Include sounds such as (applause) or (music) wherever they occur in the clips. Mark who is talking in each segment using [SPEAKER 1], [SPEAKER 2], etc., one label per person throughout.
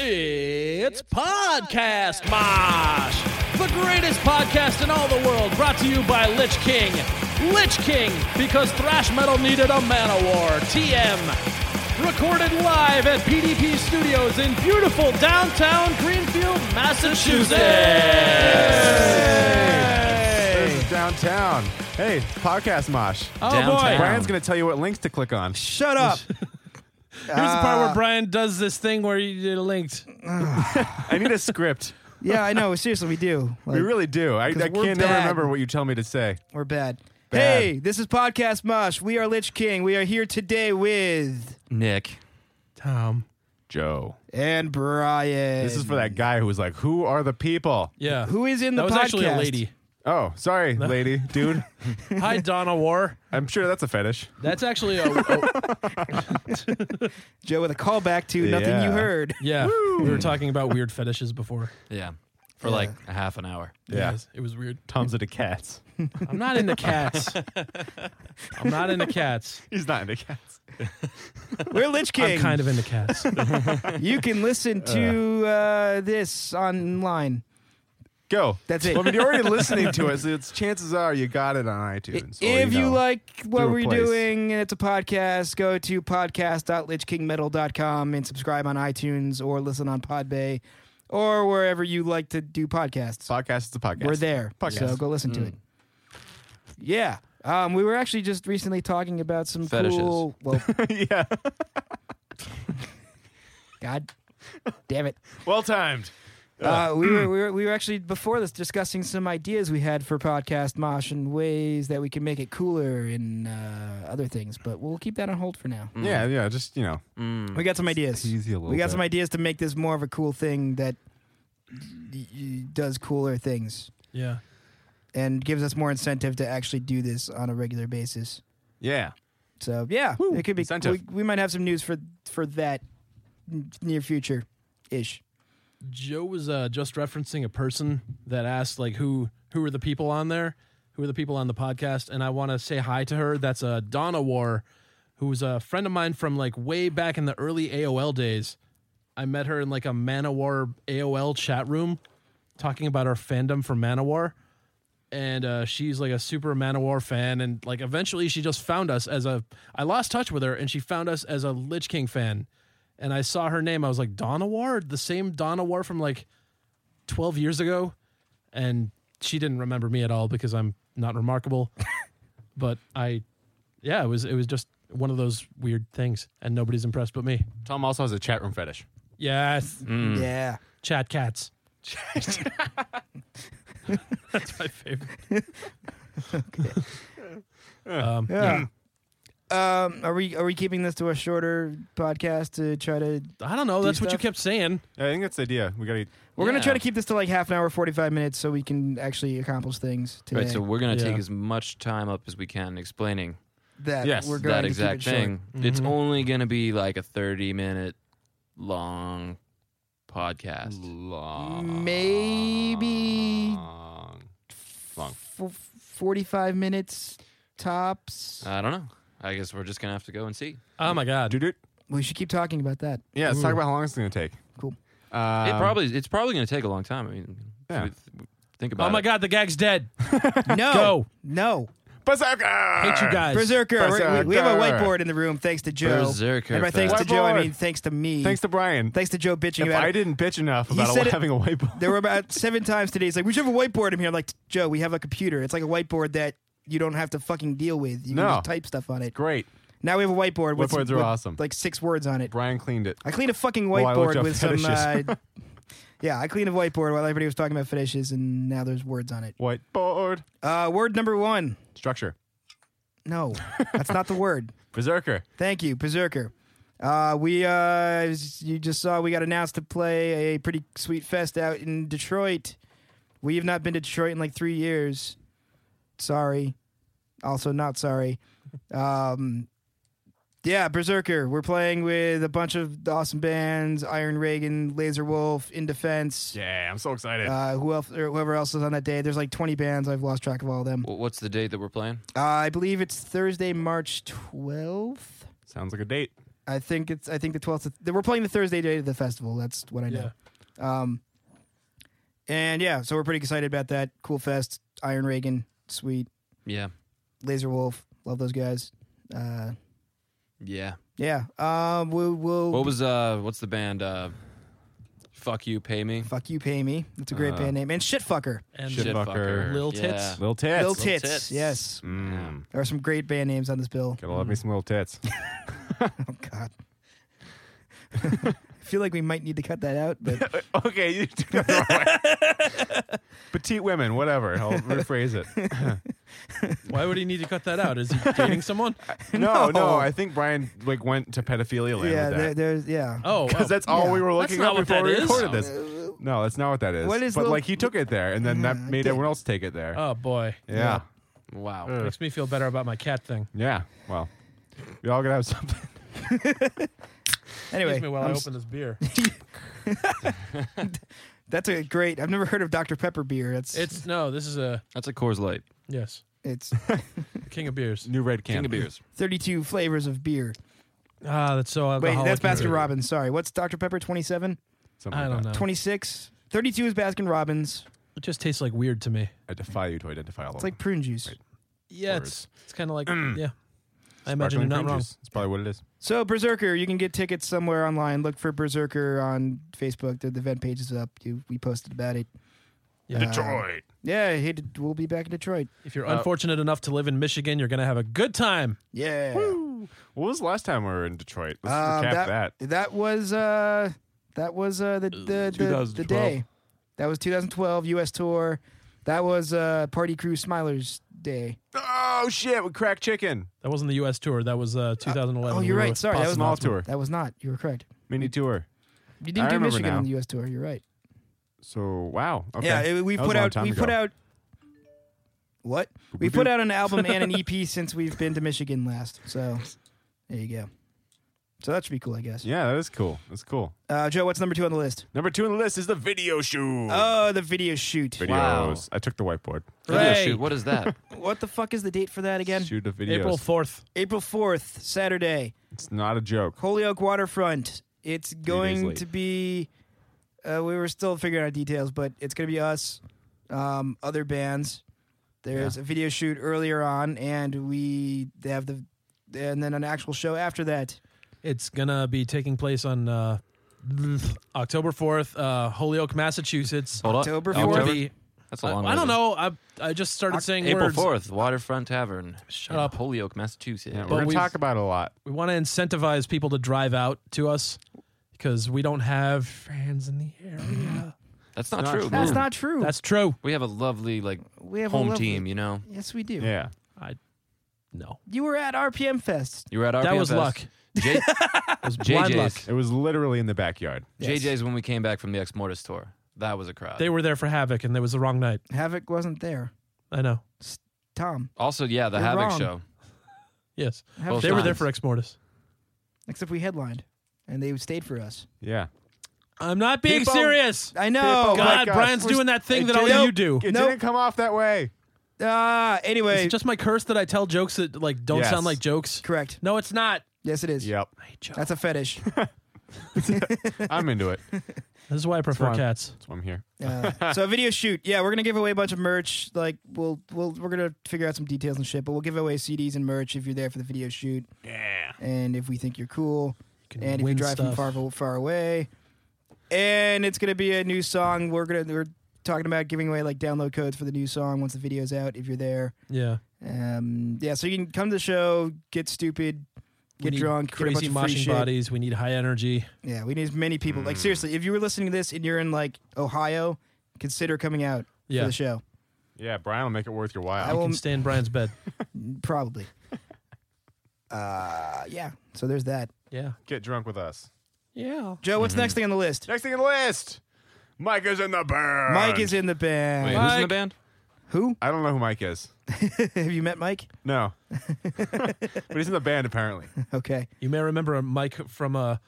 [SPEAKER 1] It's Podcast Mosh, the greatest podcast in all the world, brought to you by Lich King. Lich King, because thrash metal needed a man o' war. TM. Recorded live at PDP Studios in beautiful downtown Greenfield, Massachusetts.
[SPEAKER 2] This is downtown. Hey, podcast mosh.
[SPEAKER 1] Oh
[SPEAKER 3] Downtown.
[SPEAKER 1] boy.
[SPEAKER 2] Brian's going to tell you what links to click on.
[SPEAKER 3] Shut
[SPEAKER 2] (laughs)
[SPEAKER 3] up.
[SPEAKER 1] Here's the
[SPEAKER 4] Ah.
[SPEAKER 1] part where Brian does this thing where you you're linked.
[SPEAKER 2] I
[SPEAKER 3] (laughs)
[SPEAKER 2] need a script.
[SPEAKER 4] Yeah, I know. Seriously, we do. Like,
[SPEAKER 2] We really do. I, I
[SPEAKER 4] 'Cause
[SPEAKER 2] can't
[SPEAKER 4] we're
[SPEAKER 2] never
[SPEAKER 4] bad.
[SPEAKER 2] remember what you tell me to say.
[SPEAKER 4] we're bad.
[SPEAKER 2] Bad.
[SPEAKER 4] Hey, this is Podcast Mosh. We are Lich King. We are here today with
[SPEAKER 3] Nick.
[SPEAKER 4] Um,
[SPEAKER 1] Tom.
[SPEAKER 2] Joe.
[SPEAKER 4] and Brian.
[SPEAKER 2] This is for that guy who was like, "Who are the people?"
[SPEAKER 1] Yeah.
[SPEAKER 4] Who is in the
[SPEAKER 1] that was
[SPEAKER 4] podcast?
[SPEAKER 1] actually a
[SPEAKER 4] (laughs)
[SPEAKER 1] lady.
[SPEAKER 2] Oh, sorry, lady,
[SPEAKER 3] (laughs)
[SPEAKER 2] dude.
[SPEAKER 1] Hi, Donna War.
[SPEAKER 2] I'm sure that's a fetish.
[SPEAKER 1] That's actually a, a-
[SPEAKER 4] Joe with a callback to nothing
[SPEAKER 2] Yeah.
[SPEAKER 4] you
[SPEAKER 1] (laughs)
[SPEAKER 4] heard.
[SPEAKER 1] yeah. We were talking about weird fetishes before.
[SPEAKER 3] Yeah. For like a half an hour.
[SPEAKER 2] Yeah.
[SPEAKER 1] It was, it was weird.
[SPEAKER 2] Tom's into cats.
[SPEAKER 1] I'm not into cats. I'm not into cats.
[SPEAKER 2] He's not into cats.
[SPEAKER 4] We're Lich King.
[SPEAKER 1] I'm kind of into cats.
[SPEAKER 4] You can
[SPEAKER 2] (laughs)
[SPEAKER 4] listen to uh, this online.
[SPEAKER 2] Go.
[SPEAKER 4] That's it.
[SPEAKER 2] Well, if you're already listening
[SPEAKER 4] (laughs)
[SPEAKER 2] to us, it's chances are you got it on iTunes. or,
[SPEAKER 4] if you
[SPEAKER 2] know.
[SPEAKER 4] like what
[SPEAKER 2] through a
[SPEAKER 4] we're
[SPEAKER 2] place.
[SPEAKER 4] doing and it's a podcast, go to podcast.lichkingmetal.com and subscribe on iTunes or listen on Podbay or wherever you like to do podcasts.
[SPEAKER 2] podcast, it's a podcast.
[SPEAKER 4] We're there.
[SPEAKER 2] Podcast.
[SPEAKER 4] So go listen to it. Mm. Yeah. Um, we were actually just recently talking about some
[SPEAKER 3] Fetishes.
[SPEAKER 4] cool. Well,
[SPEAKER 2] (laughs)
[SPEAKER 4] (laughs)
[SPEAKER 2] yeah.
[SPEAKER 4] God damn it.
[SPEAKER 2] Well timed.
[SPEAKER 4] Uh, we, were, we, were, we were actually before this discussing some ideas we had for podcast mosh and ways that we can make it cooler and uh, other things, but we'll keep that on hold for now.
[SPEAKER 2] Yeah, yeah. Just you know,
[SPEAKER 4] We got some ideas.
[SPEAKER 2] tease you a little
[SPEAKER 4] we got
[SPEAKER 2] bit.
[SPEAKER 4] some ideas to make this more of a cool thing that y- y- does cooler things
[SPEAKER 1] Yeah.
[SPEAKER 4] and gives us more incentive to actually do this on a regular basis.
[SPEAKER 2] yeah.
[SPEAKER 4] So yeah,
[SPEAKER 2] Woo,
[SPEAKER 4] it could be.
[SPEAKER 2] incentive.
[SPEAKER 4] We, we might have some news for for that n- near future ish.
[SPEAKER 1] Joe was uh, just referencing a person that asked like who who are the people on there? Who are the people on the podcast? And I want to say hi to her. That's uh, Donna War, who was a friend of mine from like way back in the early AOL days. I met her in like a Manowar AOL chat room talking about our fandom for Manowar. And uh, she's like a super Manowar fan. And like eventually she just found us as a. I lost touch with her and she found us as a Lich King fan. And I saw her name. I was like, Donna War? The same Donna War from like 12 years ago. And she didn't remember me at all because I'm not remarkable. but I, yeah, it was, it was just one of those weird things. And nobody's impressed but me.
[SPEAKER 3] Tom also has a chat room fetish.
[SPEAKER 1] Yes.
[SPEAKER 4] Mm.
[SPEAKER 3] Mm.
[SPEAKER 4] Yeah,
[SPEAKER 1] Chat cats. That's my favorite. (laughs) Um,
[SPEAKER 4] yeah. Um, are we are we keeping this to a shorter podcast to try to?
[SPEAKER 1] I don't know.
[SPEAKER 4] Do
[SPEAKER 1] That's what you
[SPEAKER 4] stuff?
[SPEAKER 1] kept saying.
[SPEAKER 2] Yeah, I think that's the idea. We gotta.
[SPEAKER 4] We're gonna
[SPEAKER 3] Yeah.
[SPEAKER 4] try to keep this to like half an hour, forty five minutes, so we can actually accomplish things today.
[SPEAKER 3] Right. So we're going to
[SPEAKER 1] Yeah.
[SPEAKER 3] take as much time up as we can explaining
[SPEAKER 4] that
[SPEAKER 2] Yes,
[SPEAKER 4] we're going
[SPEAKER 3] that
[SPEAKER 4] to
[SPEAKER 3] exact
[SPEAKER 4] keep it short.
[SPEAKER 3] thing. It's only going to be like a 30 minute long podcast.
[SPEAKER 2] Long.
[SPEAKER 4] Maybe
[SPEAKER 3] Ah,
[SPEAKER 2] Long.
[SPEAKER 4] f- forty five minutes tops.
[SPEAKER 3] I don't know. I guess we're just going to have to go and see.
[SPEAKER 1] Oh my god.
[SPEAKER 2] Dude, dude.
[SPEAKER 4] we should keep talking about
[SPEAKER 3] (laughs)
[SPEAKER 4] that.
[SPEAKER 2] Yeah, let's talk about how long it's gonna take.
[SPEAKER 4] Cool.
[SPEAKER 2] Um,
[SPEAKER 3] it probably it's probably going to take a long time. I mean, if
[SPEAKER 2] Yeah.
[SPEAKER 3] we th- think about
[SPEAKER 1] Oh my
[SPEAKER 3] it.
[SPEAKER 1] god, the gag's dead.
[SPEAKER 4] No,
[SPEAKER 1] Go.
[SPEAKER 4] no,
[SPEAKER 2] Berserker.
[SPEAKER 1] Hate
[SPEAKER 2] (clears throat)
[SPEAKER 1] you guys.
[SPEAKER 4] Berserker. We're- We, we have a
[SPEAKER 2] Berserker.
[SPEAKER 4] whiteboard in the room, thanks to Joe.
[SPEAKER 3] Berserker
[SPEAKER 4] And by thanks to
[SPEAKER 2] fest.
[SPEAKER 4] Joe, I
[SPEAKER 2] Whiteboard.
[SPEAKER 4] mean thanks to me.
[SPEAKER 2] Thanks to Brian.
[SPEAKER 4] Thanks to Joe bitching
[SPEAKER 2] if
[SPEAKER 4] about
[SPEAKER 2] I
[SPEAKER 4] it.
[SPEAKER 2] didn't bitch enough
[SPEAKER 4] He
[SPEAKER 2] about
[SPEAKER 4] said it-
[SPEAKER 2] having a whiteboard. (laughs)
[SPEAKER 4] There were about seven times today. He's like, we should have a whiteboard in here. I'm like, Joe, we have a computer. It's like a whiteboard that you don't have to fucking deal with. You
[SPEAKER 2] No.
[SPEAKER 4] can just type stuff on it.
[SPEAKER 2] Great.
[SPEAKER 4] Now we have a whiteboard. With
[SPEAKER 2] Whiteboards are
[SPEAKER 4] with
[SPEAKER 2] awesome.
[SPEAKER 4] Like six words on it.
[SPEAKER 2] Brian cleaned it.
[SPEAKER 4] I cleaned a fucking
[SPEAKER 2] Oh, I looked
[SPEAKER 4] whiteboard
[SPEAKER 2] up (laughs)
[SPEAKER 4] with some. Uh,
[SPEAKER 2] fetishes.
[SPEAKER 4] Yeah, I cleaned a whiteboard while everybody was talking about fetishes, and now there's words on it.
[SPEAKER 2] Whiteboard.
[SPEAKER 4] Uh, word number one.
[SPEAKER 2] Structure.
[SPEAKER 4] No, that's not the word.
[SPEAKER 2] Berserker.
[SPEAKER 4] Thank you, Berserker. Uh, we, uh, as you just saw, we got announced to play a pretty sweet fest out in Detroit. We have not been to Detroit in like three years. Sorry. Also, not sorry. Um, yeah, Berserker. We're playing with a bunch of awesome bands Iron Reagan, Laser Wolf, In Defense.
[SPEAKER 2] Yeah, I'm so excited.
[SPEAKER 4] Uh, who else, or whoever else is on that day? There's like 20 bands. I've lost track of all of them.
[SPEAKER 3] Wh- What's the date that we're playing?
[SPEAKER 4] Uh, I believe it's Thursday, March 12th.
[SPEAKER 2] Sounds like a date.
[SPEAKER 4] I think it's I think the twelfth. We're playing the Thursday day of the festival. That's what I know. Um, and yeah, so we're pretty excited about that. Cool fest, Iron Reagan, sweet
[SPEAKER 3] Yeah,
[SPEAKER 4] Laser Wolf, love those guys. Uh,
[SPEAKER 3] yeah.
[SPEAKER 4] yeah, um, we'll, we'll
[SPEAKER 3] What was uh? What's the band? Uh, fuck you, pay me.
[SPEAKER 4] fuck you, pay me. That's a great
[SPEAKER 3] Uh,
[SPEAKER 4] band name. And shit fucker,
[SPEAKER 1] And
[SPEAKER 2] Shit. Shitfucker.
[SPEAKER 1] Lil
[SPEAKER 3] Yeah.
[SPEAKER 1] Tits.
[SPEAKER 2] Little tits.
[SPEAKER 4] Lil
[SPEAKER 3] Lil
[SPEAKER 4] tits.
[SPEAKER 3] Tits.
[SPEAKER 4] Yes,
[SPEAKER 2] Mm.
[SPEAKER 4] there are some great band names on this bill.
[SPEAKER 2] Gotta love me some little tits. (laughs)
[SPEAKER 4] Oh God, (laughs) I feel like we might need to cut that out, but
[SPEAKER 2] okay, you took that the wrong way. Petite women, whatever. I'll rephrase it.
[SPEAKER 1] Why would he need to cut that out? Is he dating someone?
[SPEAKER 2] No, no,
[SPEAKER 4] No.
[SPEAKER 2] I think Brian like went to pedophilia land
[SPEAKER 4] yeah,
[SPEAKER 2] with
[SPEAKER 4] there,
[SPEAKER 2] that.
[SPEAKER 4] there's yeah.
[SPEAKER 1] Oh, wow.
[SPEAKER 2] Because that's all
[SPEAKER 4] Yeah.
[SPEAKER 2] we were looking
[SPEAKER 1] not
[SPEAKER 2] up
[SPEAKER 1] what
[SPEAKER 2] before
[SPEAKER 1] that
[SPEAKER 2] we
[SPEAKER 1] is.
[SPEAKER 2] recorded this. No, that's not what that is.
[SPEAKER 4] What is
[SPEAKER 2] but
[SPEAKER 4] little-
[SPEAKER 2] like he took it there, and then that made
[SPEAKER 4] did-
[SPEAKER 2] everyone else take it
[SPEAKER 4] Uh,
[SPEAKER 2] there.
[SPEAKER 1] oh boy,
[SPEAKER 2] yeah.
[SPEAKER 3] Wow.
[SPEAKER 2] Ugh.
[SPEAKER 1] makes me feel better about my cat thing.
[SPEAKER 2] Yeah. Well, we all gotta have (laughs) something.
[SPEAKER 4] Anyway,
[SPEAKER 1] Excuse me while i
[SPEAKER 4] I'm s-
[SPEAKER 1] open this beer.
[SPEAKER 4] That's a great. I've never heard of Dr Pepper beer. That's it's
[SPEAKER 1] It's no, this is a
[SPEAKER 3] That's a Coors Light.
[SPEAKER 1] yes,
[SPEAKER 4] it's
[SPEAKER 1] the king of beers.
[SPEAKER 2] New red can.
[SPEAKER 3] King of beers.
[SPEAKER 4] 32 flavors of beer.
[SPEAKER 1] Ah, that's so
[SPEAKER 4] Wait,
[SPEAKER 1] alcoholic.
[SPEAKER 4] that's uh, Baskin
[SPEAKER 1] and-
[SPEAKER 4] Robbins. Sorry, what's Dr Pepper? 27,
[SPEAKER 2] (laughs) Something
[SPEAKER 1] I
[SPEAKER 2] like
[SPEAKER 1] don't
[SPEAKER 2] that.
[SPEAKER 1] know.
[SPEAKER 4] 26, 32 is Baskin Robbins.
[SPEAKER 1] It just tastes like weird to me.
[SPEAKER 2] I defy you to identify all
[SPEAKER 4] It's
[SPEAKER 2] of
[SPEAKER 4] like prune juice.
[SPEAKER 2] Right.
[SPEAKER 1] Yeah,
[SPEAKER 2] Words.
[SPEAKER 1] it's it's kind of like
[SPEAKER 4] Mm.
[SPEAKER 1] yeah. I imagine you're not wrong.
[SPEAKER 2] It's probably what it is.
[SPEAKER 4] So Berserker, you can get tickets somewhere online. Look for Berserker on Facebook. The, the event page is up. You, we posted about it.
[SPEAKER 1] Yeah.
[SPEAKER 4] Uh,
[SPEAKER 2] Detroit.
[SPEAKER 4] Yeah, hey, d- we'll be back in Detroit.
[SPEAKER 1] If you're unfortunate enough to live in Michigan, you're gonna have a good time.
[SPEAKER 4] Yeah,
[SPEAKER 2] What was the last time we were in Detroit? Let's
[SPEAKER 4] Um,
[SPEAKER 2] recap that.
[SPEAKER 4] that was uh, that was uh, the the, the, the
[SPEAKER 3] 2012.
[SPEAKER 4] day. That was 2012 U.S. tour. That was uh, Party Crew Smilers Day.
[SPEAKER 2] Oh shit! With crack chicken,
[SPEAKER 1] That wasn't the U.S. tour. That was uh, 2011.
[SPEAKER 4] Oh,
[SPEAKER 1] We
[SPEAKER 4] you're
[SPEAKER 1] were
[SPEAKER 4] right.
[SPEAKER 1] with
[SPEAKER 4] Sorry, that
[SPEAKER 1] Boston
[SPEAKER 4] was
[SPEAKER 2] small
[SPEAKER 1] Ultimate.
[SPEAKER 2] tour,
[SPEAKER 4] That was not. You were correct.
[SPEAKER 2] mini tour.
[SPEAKER 4] You didn't
[SPEAKER 2] I
[SPEAKER 4] do
[SPEAKER 2] remember
[SPEAKER 4] Michigan
[SPEAKER 2] now.
[SPEAKER 4] on the U.S. tour. You're right.
[SPEAKER 2] So wow. Okay.
[SPEAKER 4] Yeah, we
[SPEAKER 2] That was
[SPEAKER 4] put
[SPEAKER 2] a long
[SPEAKER 4] out.
[SPEAKER 2] time
[SPEAKER 4] We put
[SPEAKER 2] ago.
[SPEAKER 4] out. What? We put out an album and
[SPEAKER 2] (laughs)
[SPEAKER 4] an EP since we've been to Michigan last. So there you go. So that should be cool, I guess.
[SPEAKER 2] Yeah, that is cool. That's cool.
[SPEAKER 4] Uh, Joe, what's number two on the list?
[SPEAKER 2] Number two on the list is the video shoot.
[SPEAKER 4] Oh, the video shoot.
[SPEAKER 2] Videos.
[SPEAKER 3] Wow.
[SPEAKER 2] I took the whiteboard.
[SPEAKER 3] Video
[SPEAKER 1] Hooray.
[SPEAKER 3] shoot. What is that?
[SPEAKER 4] What the fuck is the date for that again?
[SPEAKER 2] Shoot the videos.
[SPEAKER 1] April 4th.
[SPEAKER 4] April fourth, Saturday,
[SPEAKER 2] It's not a joke.
[SPEAKER 4] Holyoke Waterfront. It's going
[SPEAKER 2] late.
[SPEAKER 4] to be. Uh, we were still figuring out details, but it's going to be us, um, other bands. There's a video shoot earlier on, and we they have the, and then an actual show after that.
[SPEAKER 1] It's gonna be taking place on uh, October 4th, uh, Holyoke, Massachusetts.
[SPEAKER 3] Hold up.
[SPEAKER 4] October
[SPEAKER 1] It will
[SPEAKER 4] 4th.
[SPEAKER 1] be-
[SPEAKER 3] That's a
[SPEAKER 1] I,
[SPEAKER 3] long.
[SPEAKER 1] I don't
[SPEAKER 3] way.
[SPEAKER 1] know. I I just started saying
[SPEAKER 3] April
[SPEAKER 1] words.
[SPEAKER 3] fourth, Waterfront Tavern.
[SPEAKER 1] Shut
[SPEAKER 3] in
[SPEAKER 1] up.
[SPEAKER 3] Holyoke, Massachusetts.
[SPEAKER 2] Yeah,
[SPEAKER 1] But
[SPEAKER 2] we're gonna
[SPEAKER 1] we've-
[SPEAKER 2] talk about it a lot.
[SPEAKER 1] We want to incentivize people to drive out to us because we don't have fans in the
[SPEAKER 3] (sighs)
[SPEAKER 1] area.
[SPEAKER 3] That's not,
[SPEAKER 2] Not
[SPEAKER 3] true.
[SPEAKER 4] That's
[SPEAKER 3] man.
[SPEAKER 4] not true.
[SPEAKER 1] That's true.
[SPEAKER 3] We have a lovely like
[SPEAKER 4] we have a
[SPEAKER 3] Hmm. home
[SPEAKER 4] lovely-
[SPEAKER 3] team. You know,
[SPEAKER 4] Yes, we do.
[SPEAKER 2] Yeah.
[SPEAKER 1] No,
[SPEAKER 4] You were at RPM Fest.
[SPEAKER 3] you were at our
[SPEAKER 1] that was luck.
[SPEAKER 3] (laughs) J-
[SPEAKER 1] It was (laughs) blind luck.
[SPEAKER 3] JJ's.
[SPEAKER 2] It was literally in the backyard.
[SPEAKER 4] Yes.
[SPEAKER 3] JJ's when we came back from the Ex Mortis tour. That was a crowd.
[SPEAKER 1] They were there for Havoc, and it was the wrong night.
[SPEAKER 4] Havoc wasn't there.
[SPEAKER 1] I know.
[SPEAKER 4] Tom.
[SPEAKER 3] also, yeah, the
[SPEAKER 4] You're
[SPEAKER 3] Havoc
[SPEAKER 4] wrong.
[SPEAKER 3] show.
[SPEAKER 1] Yes,
[SPEAKER 4] Havoc
[SPEAKER 3] Both
[SPEAKER 1] they were there
[SPEAKER 3] times.
[SPEAKER 1] for Ex Mortis.
[SPEAKER 4] Except we headlined, and they stayed for us.
[SPEAKER 2] Yeah.
[SPEAKER 1] I'm not being
[SPEAKER 2] People-
[SPEAKER 1] serious.
[SPEAKER 4] I know.
[SPEAKER 2] People-
[SPEAKER 1] God,
[SPEAKER 2] like us.
[SPEAKER 1] Brian's
[SPEAKER 2] We're-
[SPEAKER 1] doing that thing
[SPEAKER 2] It
[SPEAKER 1] that only
[SPEAKER 2] didn't-
[SPEAKER 1] you do.
[SPEAKER 2] It
[SPEAKER 4] Nope.
[SPEAKER 2] didn't come off that way.
[SPEAKER 4] Ah,
[SPEAKER 1] It's
[SPEAKER 4] anyway.
[SPEAKER 1] just my curse that I tell jokes that like don't
[SPEAKER 2] Yes.
[SPEAKER 1] sound like jokes.
[SPEAKER 4] Correct.
[SPEAKER 1] No, it's not.
[SPEAKER 4] Yes, it is.
[SPEAKER 2] Yep.
[SPEAKER 4] That's a fetish.
[SPEAKER 2] (laughs) I'm into
[SPEAKER 4] (laughs)
[SPEAKER 2] it.
[SPEAKER 1] This is why I prefer
[SPEAKER 2] fine.
[SPEAKER 1] cats.
[SPEAKER 2] That's why I'm here.
[SPEAKER 4] Uh, so video shoot, yeah, we're gonna give away a bunch of merch. Like we'll we'll we're gonna figure out some details and shit, but we'll give away CDs and merch if you're there for the video shoot,
[SPEAKER 2] Yeah.
[SPEAKER 4] and if we think you're cool,
[SPEAKER 1] can
[SPEAKER 4] and if you
[SPEAKER 1] win
[SPEAKER 4] drive from
[SPEAKER 1] stuff.
[SPEAKER 4] far far away. And it's gonna be a new song. We're gonna we're talking about giving away like download codes for the new song once the video's out. If you're there,
[SPEAKER 1] Yeah.
[SPEAKER 4] um, yeah, so you can come to the show, get stupid, get
[SPEAKER 1] need
[SPEAKER 4] drunk, get a bunch
[SPEAKER 1] crazy
[SPEAKER 4] of free
[SPEAKER 1] moshing
[SPEAKER 4] shit.
[SPEAKER 1] bodies. We need high energy.
[SPEAKER 4] Yeah, we need as many people.
[SPEAKER 1] Hmm.
[SPEAKER 4] Like seriously, if you were listening to this and you're in like Ohio, consider coming out
[SPEAKER 1] Yeah.
[SPEAKER 4] for the show.
[SPEAKER 2] Yeah, Brian will make it worth your
[SPEAKER 4] I
[SPEAKER 1] I
[SPEAKER 2] while.
[SPEAKER 4] will-
[SPEAKER 1] can stay in Brian's
[SPEAKER 4] (laughs)
[SPEAKER 1] bed. (laughs)
[SPEAKER 4] Probably. uh, yeah. So there's that.
[SPEAKER 1] Yeah.
[SPEAKER 2] Get drunk with us.
[SPEAKER 1] Yeah.
[SPEAKER 4] Joe, what's next thing on the list?
[SPEAKER 2] Next thing on the list, Mike is in the burn.
[SPEAKER 4] Mike is in the band.
[SPEAKER 3] Wait, who's in the band?
[SPEAKER 4] Who? (laughs)
[SPEAKER 2] I don't know who Mike is.
[SPEAKER 4] Have you met Mike? (laughs)
[SPEAKER 2] No, but he's in the band apparently.
[SPEAKER 4] Okay.
[SPEAKER 1] You may remember Mike from a,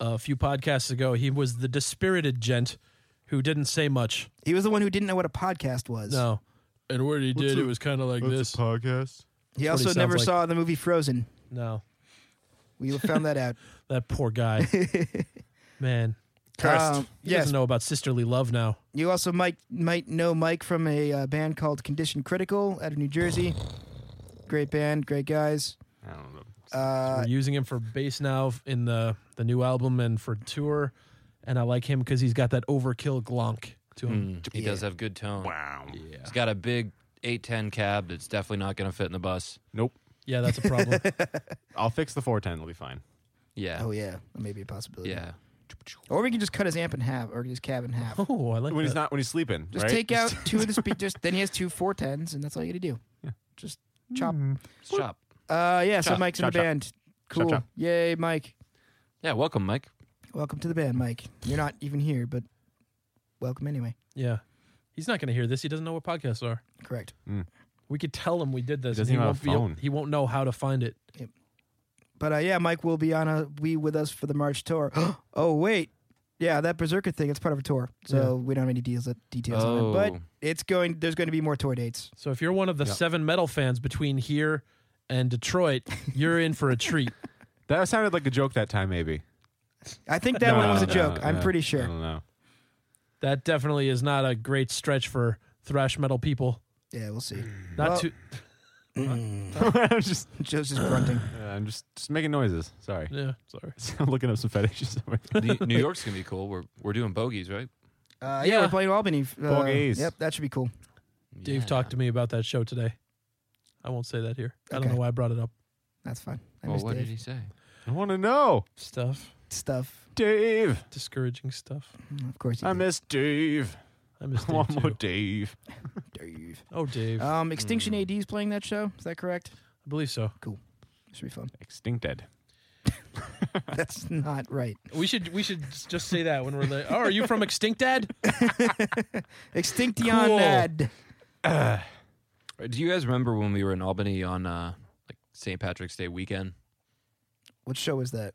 [SPEAKER 1] a few podcasts ago. He was the dispirited gent who didn't say much.
[SPEAKER 4] He was the one who didn't know what a podcast was.
[SPEAKER 1] No. And what he did, it was kind of like this.
[SPEAKER 2] podcast.
[SPEAKER 1] That's
[SPEAKER 4] He
[SPEAKER 1] what
[SPEAKER 4] also
[SPEAKER 1] he sounds
[SPEAKER 4] never
[SPEAKER 1] like.
[SPEAKER 4] saw the movie Frozen.
[SPEAKER 1] No. (laughs)
[SPEAKER 4] We found that out.
[SPEAKER 1] That poor
[SPEAKER 4] (laughs)
[SPEAKER 1] guy. Man.
[SPEAKER 4] Um,
[SPEAKER 1] He
[SPEAKER 4] yes.
[SPEAKER 1] doesn't know about sisterly love now.
[SPEAKER 4] You also might might know Mike from a uh, band called Condition Critical out of New Jersey. Great band, great guys.
[SPEAKER 2] I don't know.
[SPEAKER 4] Uh,
[SPEAKER 1] We're using him for bass now in the, the new album and for tour. And I like him because he's got that overkill glonk to
[SPEAKER 2] Hmm.
[SPEAKER 1] him.
[SPEAKER 3] Mm, he does have good tone.
[SPEAKER 2] Wow.
[SPEAKER 3] He's got a big 810 cab that's definitely not going to fit in the bus.
[SPEAKER 2] Nope.
[SPEAKER 1] Yeah, that's a
[SPEAKER 2] (laughs)
[SPEAKER 1] problem.
[SPEAKER 2] I'll fix the 410. It'll be fine.
[SPEAKER 3] Yeah.
[SPEAKER 4] oh yeah, that may be a possibility.
[SPEAKER 3] yeah.
[SPEAKER 4] Or we can just cut his amp in half, or his cab
[SPEAKER 2] (laughs)
[SPEAKER 4] in half.
[SPEAKER 1] oh, I like
[SPEAKER 2] When
[SPEAKER 1] that.
[SPEAKER 2] he's not, when he's sleeping,
[SPEAKER 4] Just
[SPEAKER 2] right?
[SPEAKER 4] take
[SPEAKER 2] (laughs)
[SPEAKER 4] out two of the speed. Just then he has two four tens, and that's all you got to do. Just chop.
[SPEAKER 2] Mm.
[SPEAKER 3] It's Chop.
[SPEAKER 4] Uh, yeah. so
[SPEAKER 2] Chop,
[SPEAKER 4] Mike's in
[SPEAKER 2] chop,
[SPEAKER 4] the
[SPEAKER 2] chop.
[SPEAKER 4] band. Cool.
[SPEAKER 2] chop.
[SPEAKER 4] Yay, Mike.
[SPEAKER 3] Yeah, welcome, Mike.
[SPEAKER 4] Welcome to the band, Mike. You're not even here, but welcome anyway.
[SPEAKER 1] yeah. He's not going to hear this. He doesn't know what podcasts are.
[SPEAKER 4] Correct.
[SPEAKER 1] We could tell him we did this.
[SPEAKER 2] He doesn't
[SPEAKER 1] and
[SPEAKER 2] even
[SPEAKER 1] won't
[SPEAKER 2] have a phone.
[SPEAKER 1] Be, he won't know how to find it.
[SPEAKER 4] But uh, yeah, Mike will be on a we with us for the March tour. (gasps) oh wait, yeah, that Berserker thing. It's part of a tour, so
[SPEAKER 1] Yeah.
[SPEAKER 4] we don't have any deals uh, details on it.
[SPEAKER 3] Oh.
[SPEAKER 4] But it's going. There's going to be more tour dates.
[SPEAKER 1] So if you're one of the seven metal fans between here and
[SPEAKER 2] (laughs)
[SPEAKER 1] Detroit, you're in for a treat.
[SPEAKER 2] That sounded like a joke that time, maybe.
[SPEAKER 4] I think that
[SPEAKER 2] No,
[SPEAKER 4] one was a
[SPEAKER 2] no,
[SPEAKER 4] joke. I'm
[SPEAKER 2] no,
[SPEAKER 4] pretty
[SPEAKER 2] I
[SPEAKER 4] sure.
[SPEAKER 2] don't know.
[SPEAKER 1] That definitely is not a great stretch for thrash metal people.
[SPEAKER 4] Yeah, we'll see.
[SPEAKER 1] Not
[SPEAKER 4] Well-
[SPEAKER 1] too.
[SPEAKER 2] (laughs) I'm just,
[SPEAKER 4] Joe's just
[SPEAKER 3] (sighs)
[SPEAKER 4] grunting.
[SPEAKER 2] uh, I'm just, just making noises. Sorry.
[SPEAKER 1] Yeah, sorry.
[SPEAKER 2] (laughs) I'm looking up some fetishes. (laughs) over here.
[SPEAKER 3] New, New York's going to be cool. We're, we're doing bogeys, right?
[SPEAKER 4] Uh, yeah.
[SPEAKER 1] Yeah.
[SPEAKER 4] we're playing Albany. Uh,
[SPEAKER 2] Bogeys.
[SPEAKER 4] Yep, that should be cool.
[SPEAKER 1] Dave
[SPEAKER 3] Yeah.
[SPEAKER 1] talked to me about that show today. I won't say that here. I don't
[SPEAKER 4] Okay.
[SPEAKER 1] know why I brought it up.
[SPEAKER 4] That's fine. I
[SPEAKER 3] Well,
[SPEAKER 4] miss
[SPEAKER 3] what
[SPEAKER 4] Dave.
[SPEAKER 3] did he say?
[SPEAKER 2] I want to know,
[SPEAKER 1] Stuff,
[SPEAKER 4] stuff. Mm,
[SPEAKER 2] Dave.
[SPEAKER 1] discouraging stuff.
[SPEAKER 4] Of course, he
[SPEAKER 2] I
[SPEAKER 4] did.
[SPEAKER 2] miss Dave.
[SPEAKER 1] I miss
[SPEAKER 2] (laughs) I want
[SPEAKER 1] Dave
[SPEAKER 2] more Uh,
[SPEAKER 1] too.
[SPEAKER 2] Dave.
[SPEAKER 4] Dave.
[SPEAKER 1] Oh, Dave.
[SPEAKER 4] Um, Extinction
[SPEAKER 3] Hmm.
[SPEAKER 4] AD is playing that show. Is that correct?
[SPEAKER 1] I believe so.
[SPEAKER 4] Should be
[SPEAKER 3] (laughs)
[SPEAKER 4] fun.
[SPEAKER 2] Extincted.
[SPEAKER 4] That's not right.
[SPEAKER 1] We should we should just say that when we're like, oh, are you from Extinct Dad?
[SPEAKER 4] Extinction Ad.
[SPEAKER 3] Do you guys remember when we were in Albany on uh, like St. Patrick's Day weekend?
[SPEAKER 4] What show was that?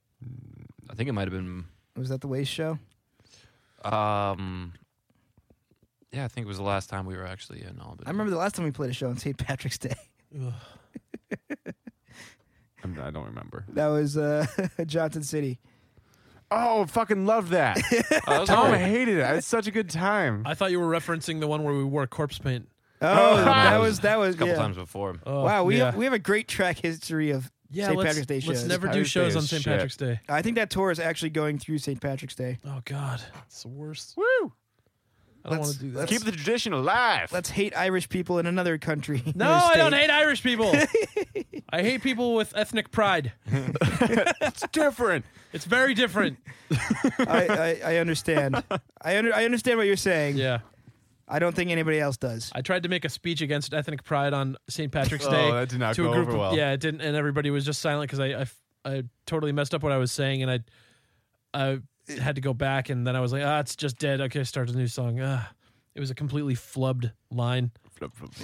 [SPEAKER 3] I think it might have been.
[SPEAKER 4] Was that the Waste show?
[SPEAKER 3] Um, yeah, I think it was the last time we were actually in Albany.
[SPEAKER 4] I remember the last time we played a show on St. Patrick's Day. (laughs)
[SPEAKER 1] Ugh.
[SPEAKER 2] I'm, I don't remember.
[SPEAKER 4] That was uh, (laughs) Johnson City.
[SPEAKER 2] Oh, fucking love that.
[SPEAKER 3] Oh, that
[SPEAKER 2] (laughs)
[SPEAKER 3] was
[SPEAKER 2] Tom
[SPEAKER 3] great.
[SPEAKER 2] hated it. It's such a good time.
[SPEAKER 1] I thought you were referencing the one where we wore corpse paint.
[SPEAKER 4] Oh,
[SPEAKER 2] Oh,
[SPEAKER 4] that
[SPEAKER 2] that
[SPEAKER 4] was that was
[SPEAKER 3] a couple
[SPEAKER 4] yeah.
[SPEAKER 3] times before.
[SPEAKER 1] Oh,
[SPEAKER 4] Wow, we
[SPEAKER 1] yeah.
[SPEAKER 4] have, we have a great track history of
[SPEAKER 1] yeah,
[SPEAKER 4] St.
[SPEAKER 1] let's,
[SPEAKER 4] Patrick's Day
[SPEAKER 1] Let's
[SPEAKER 4] shows.
[SPEAKER 1] never do
[SPEAKER 2] Patrick's Day
[SPEAKER 1] shows
[SPEAKER 2] is
[SPEAKER 1] on St.
[SPEAKER 2] shit.
[SPEAKER 1] Patrick's Day.
[SPEAKER 4] I think that tour is actually going through St. Patrick's Day.
[SPEAKER 1] Oh God, it's the worst.
[SPEAKER 2] Woo!
[SPEAKER 1] I don't
[SPEAKER 4] Let's-
[SPEAKER 1] want to do that.
[SPEAKER 2] Keep the tradition alive.
[SPEAKER 4] Let's hate Irish people in another country. (laughs)
[SPEAKER 1] no,
[SPEAKER 4] another
[SPEAKER 1] I don't
[SPEAKER 4] state.
[SPEAKER 1] hate Irish
[SPEAKER 4] (laughs)
[SPEAKER 1] people. I hate people with ethnic pride.
[SPEAKER 2] It's different.
[SPEAKER 1] It's very
[SPEAKER 4] (laughs)
[SPEAKER 1] different.
[SPEAKER 4] I, I,
[SPEAKER 1] (laughs)
[SPEAKER 4] I understand. I under, I understand what you're saying.
[SPEAKER 1] Yeah,
[SPEAKER 4] I don't think anybody else does.
[SPEAKER 1] I tried to make a speech against ethnic pride on St. Patrick's
[SPEAKER 2] (laughs) Oh,
[SPEAKER 1] Day.
[SPEAKER 2] that did not
[SPEAKER 1] to
[SPEAKER 2] go
[SPEAKER 1] a group
[SPEAKER 2] over
[SPEAKER 1] of,
[SPEAKER 2] well.
[SPEAKER 1] Yeah, it didn't, and everybody was just silent because I, I f- I totally messed up what I was saying, and I I had to go back, and then I was like, ah, it's just dead. Okay, start a new song. Ah. It was a completely flubbed line.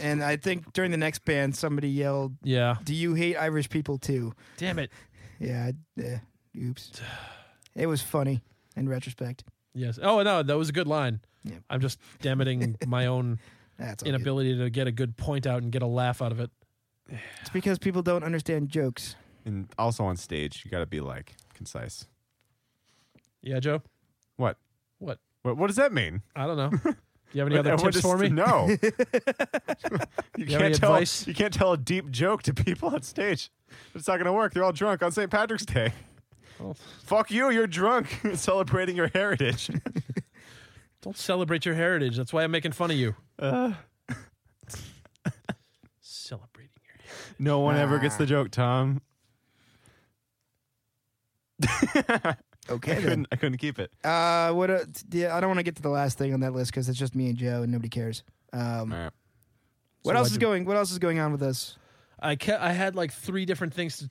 [SPEAKER 4] And I think during the next band, somebody yelled,
[SPEAKER 1] Yeah.
[SPEAKER 4] "Do you hate Irish people too?"
[SPEAKER 1] Damn it.
[SPEAKER 4] Yeah. I- eh,
[SPEAKER 1] (sighs)
[SPEAKER 4] oops. It was funny in retrospect.
[SPEAKER 1] Yes. Oh no, that was a good line.
[SPEAKER 4] Yeah.
[SPEAKER 1] I'm just (laughs) damning my own
[SPEAKER 4] That's all good.
[SPEAKER 1] inability to get a good point out and get a laugh out of it.
[SPEAKER 4] It's because people don't understand jokes.
[SPEAKER 2] And also on stage, you got to be like concise.
[SPEAKER 1] Yeah, Joe.
[SPEAKER 2] What?
[SPEAKER 1] What?
[SPEAKER 2] What, what does that mean?
[SPEAKER 1] I don't know. Do you
[SPEAKER 2] (laughs)
[SPEAKER 1] have any other
[SPEAKER 2] Everyone
[SPEAKER 1] tips
[SPEAKER 2] just-
[SPEAKER 1] for me?
[SPEAKER 2] No. you,
[SPEAKER 1] have any
[SPEAKER 2] can't tell,
[SPEAKER 1] advice?
[SPEAKER 2] you can't tell a deep joke to people on stage. It's not going to work. They're all drunk on St. Patrick's Day.
[SPEAKER 1] Well,
[SPEAKER 2] Fuck you. You're drunk (laughs) celebrating your heritage.
[SPEAKER 1] don't celebrate your heritage. That's why I'm making fun of you.
[SPEAKER 2] Uh,
[SPEAKER 1] Celebrating your heritage.
[SPEAKER 2] No one ever gets the joke, Tom.
[SPEAKER 4] Okay.
[SPEAKER 2] I
[SPEAKER 4] then.
[SPEAKER 2] couldn't, I couldn't keep it.
[SPEAKER 4] Uh, what? Uh, t- yeah, I don't want to get to the last thing on that list because it's just me and Joe, and nobody cares. Um,
[SPEAKER 3] All right.
[SPEAKER 4] What
[SPEAKER 1] So
[SPEAKER 4] else
[SPEAKER 1] I
[SPEAKER 4] is
[SPEAKER 1] did-
[SPEAKER 4] going? What else is going on with us?
[SPEAKER 1] I kept, I had like three different things to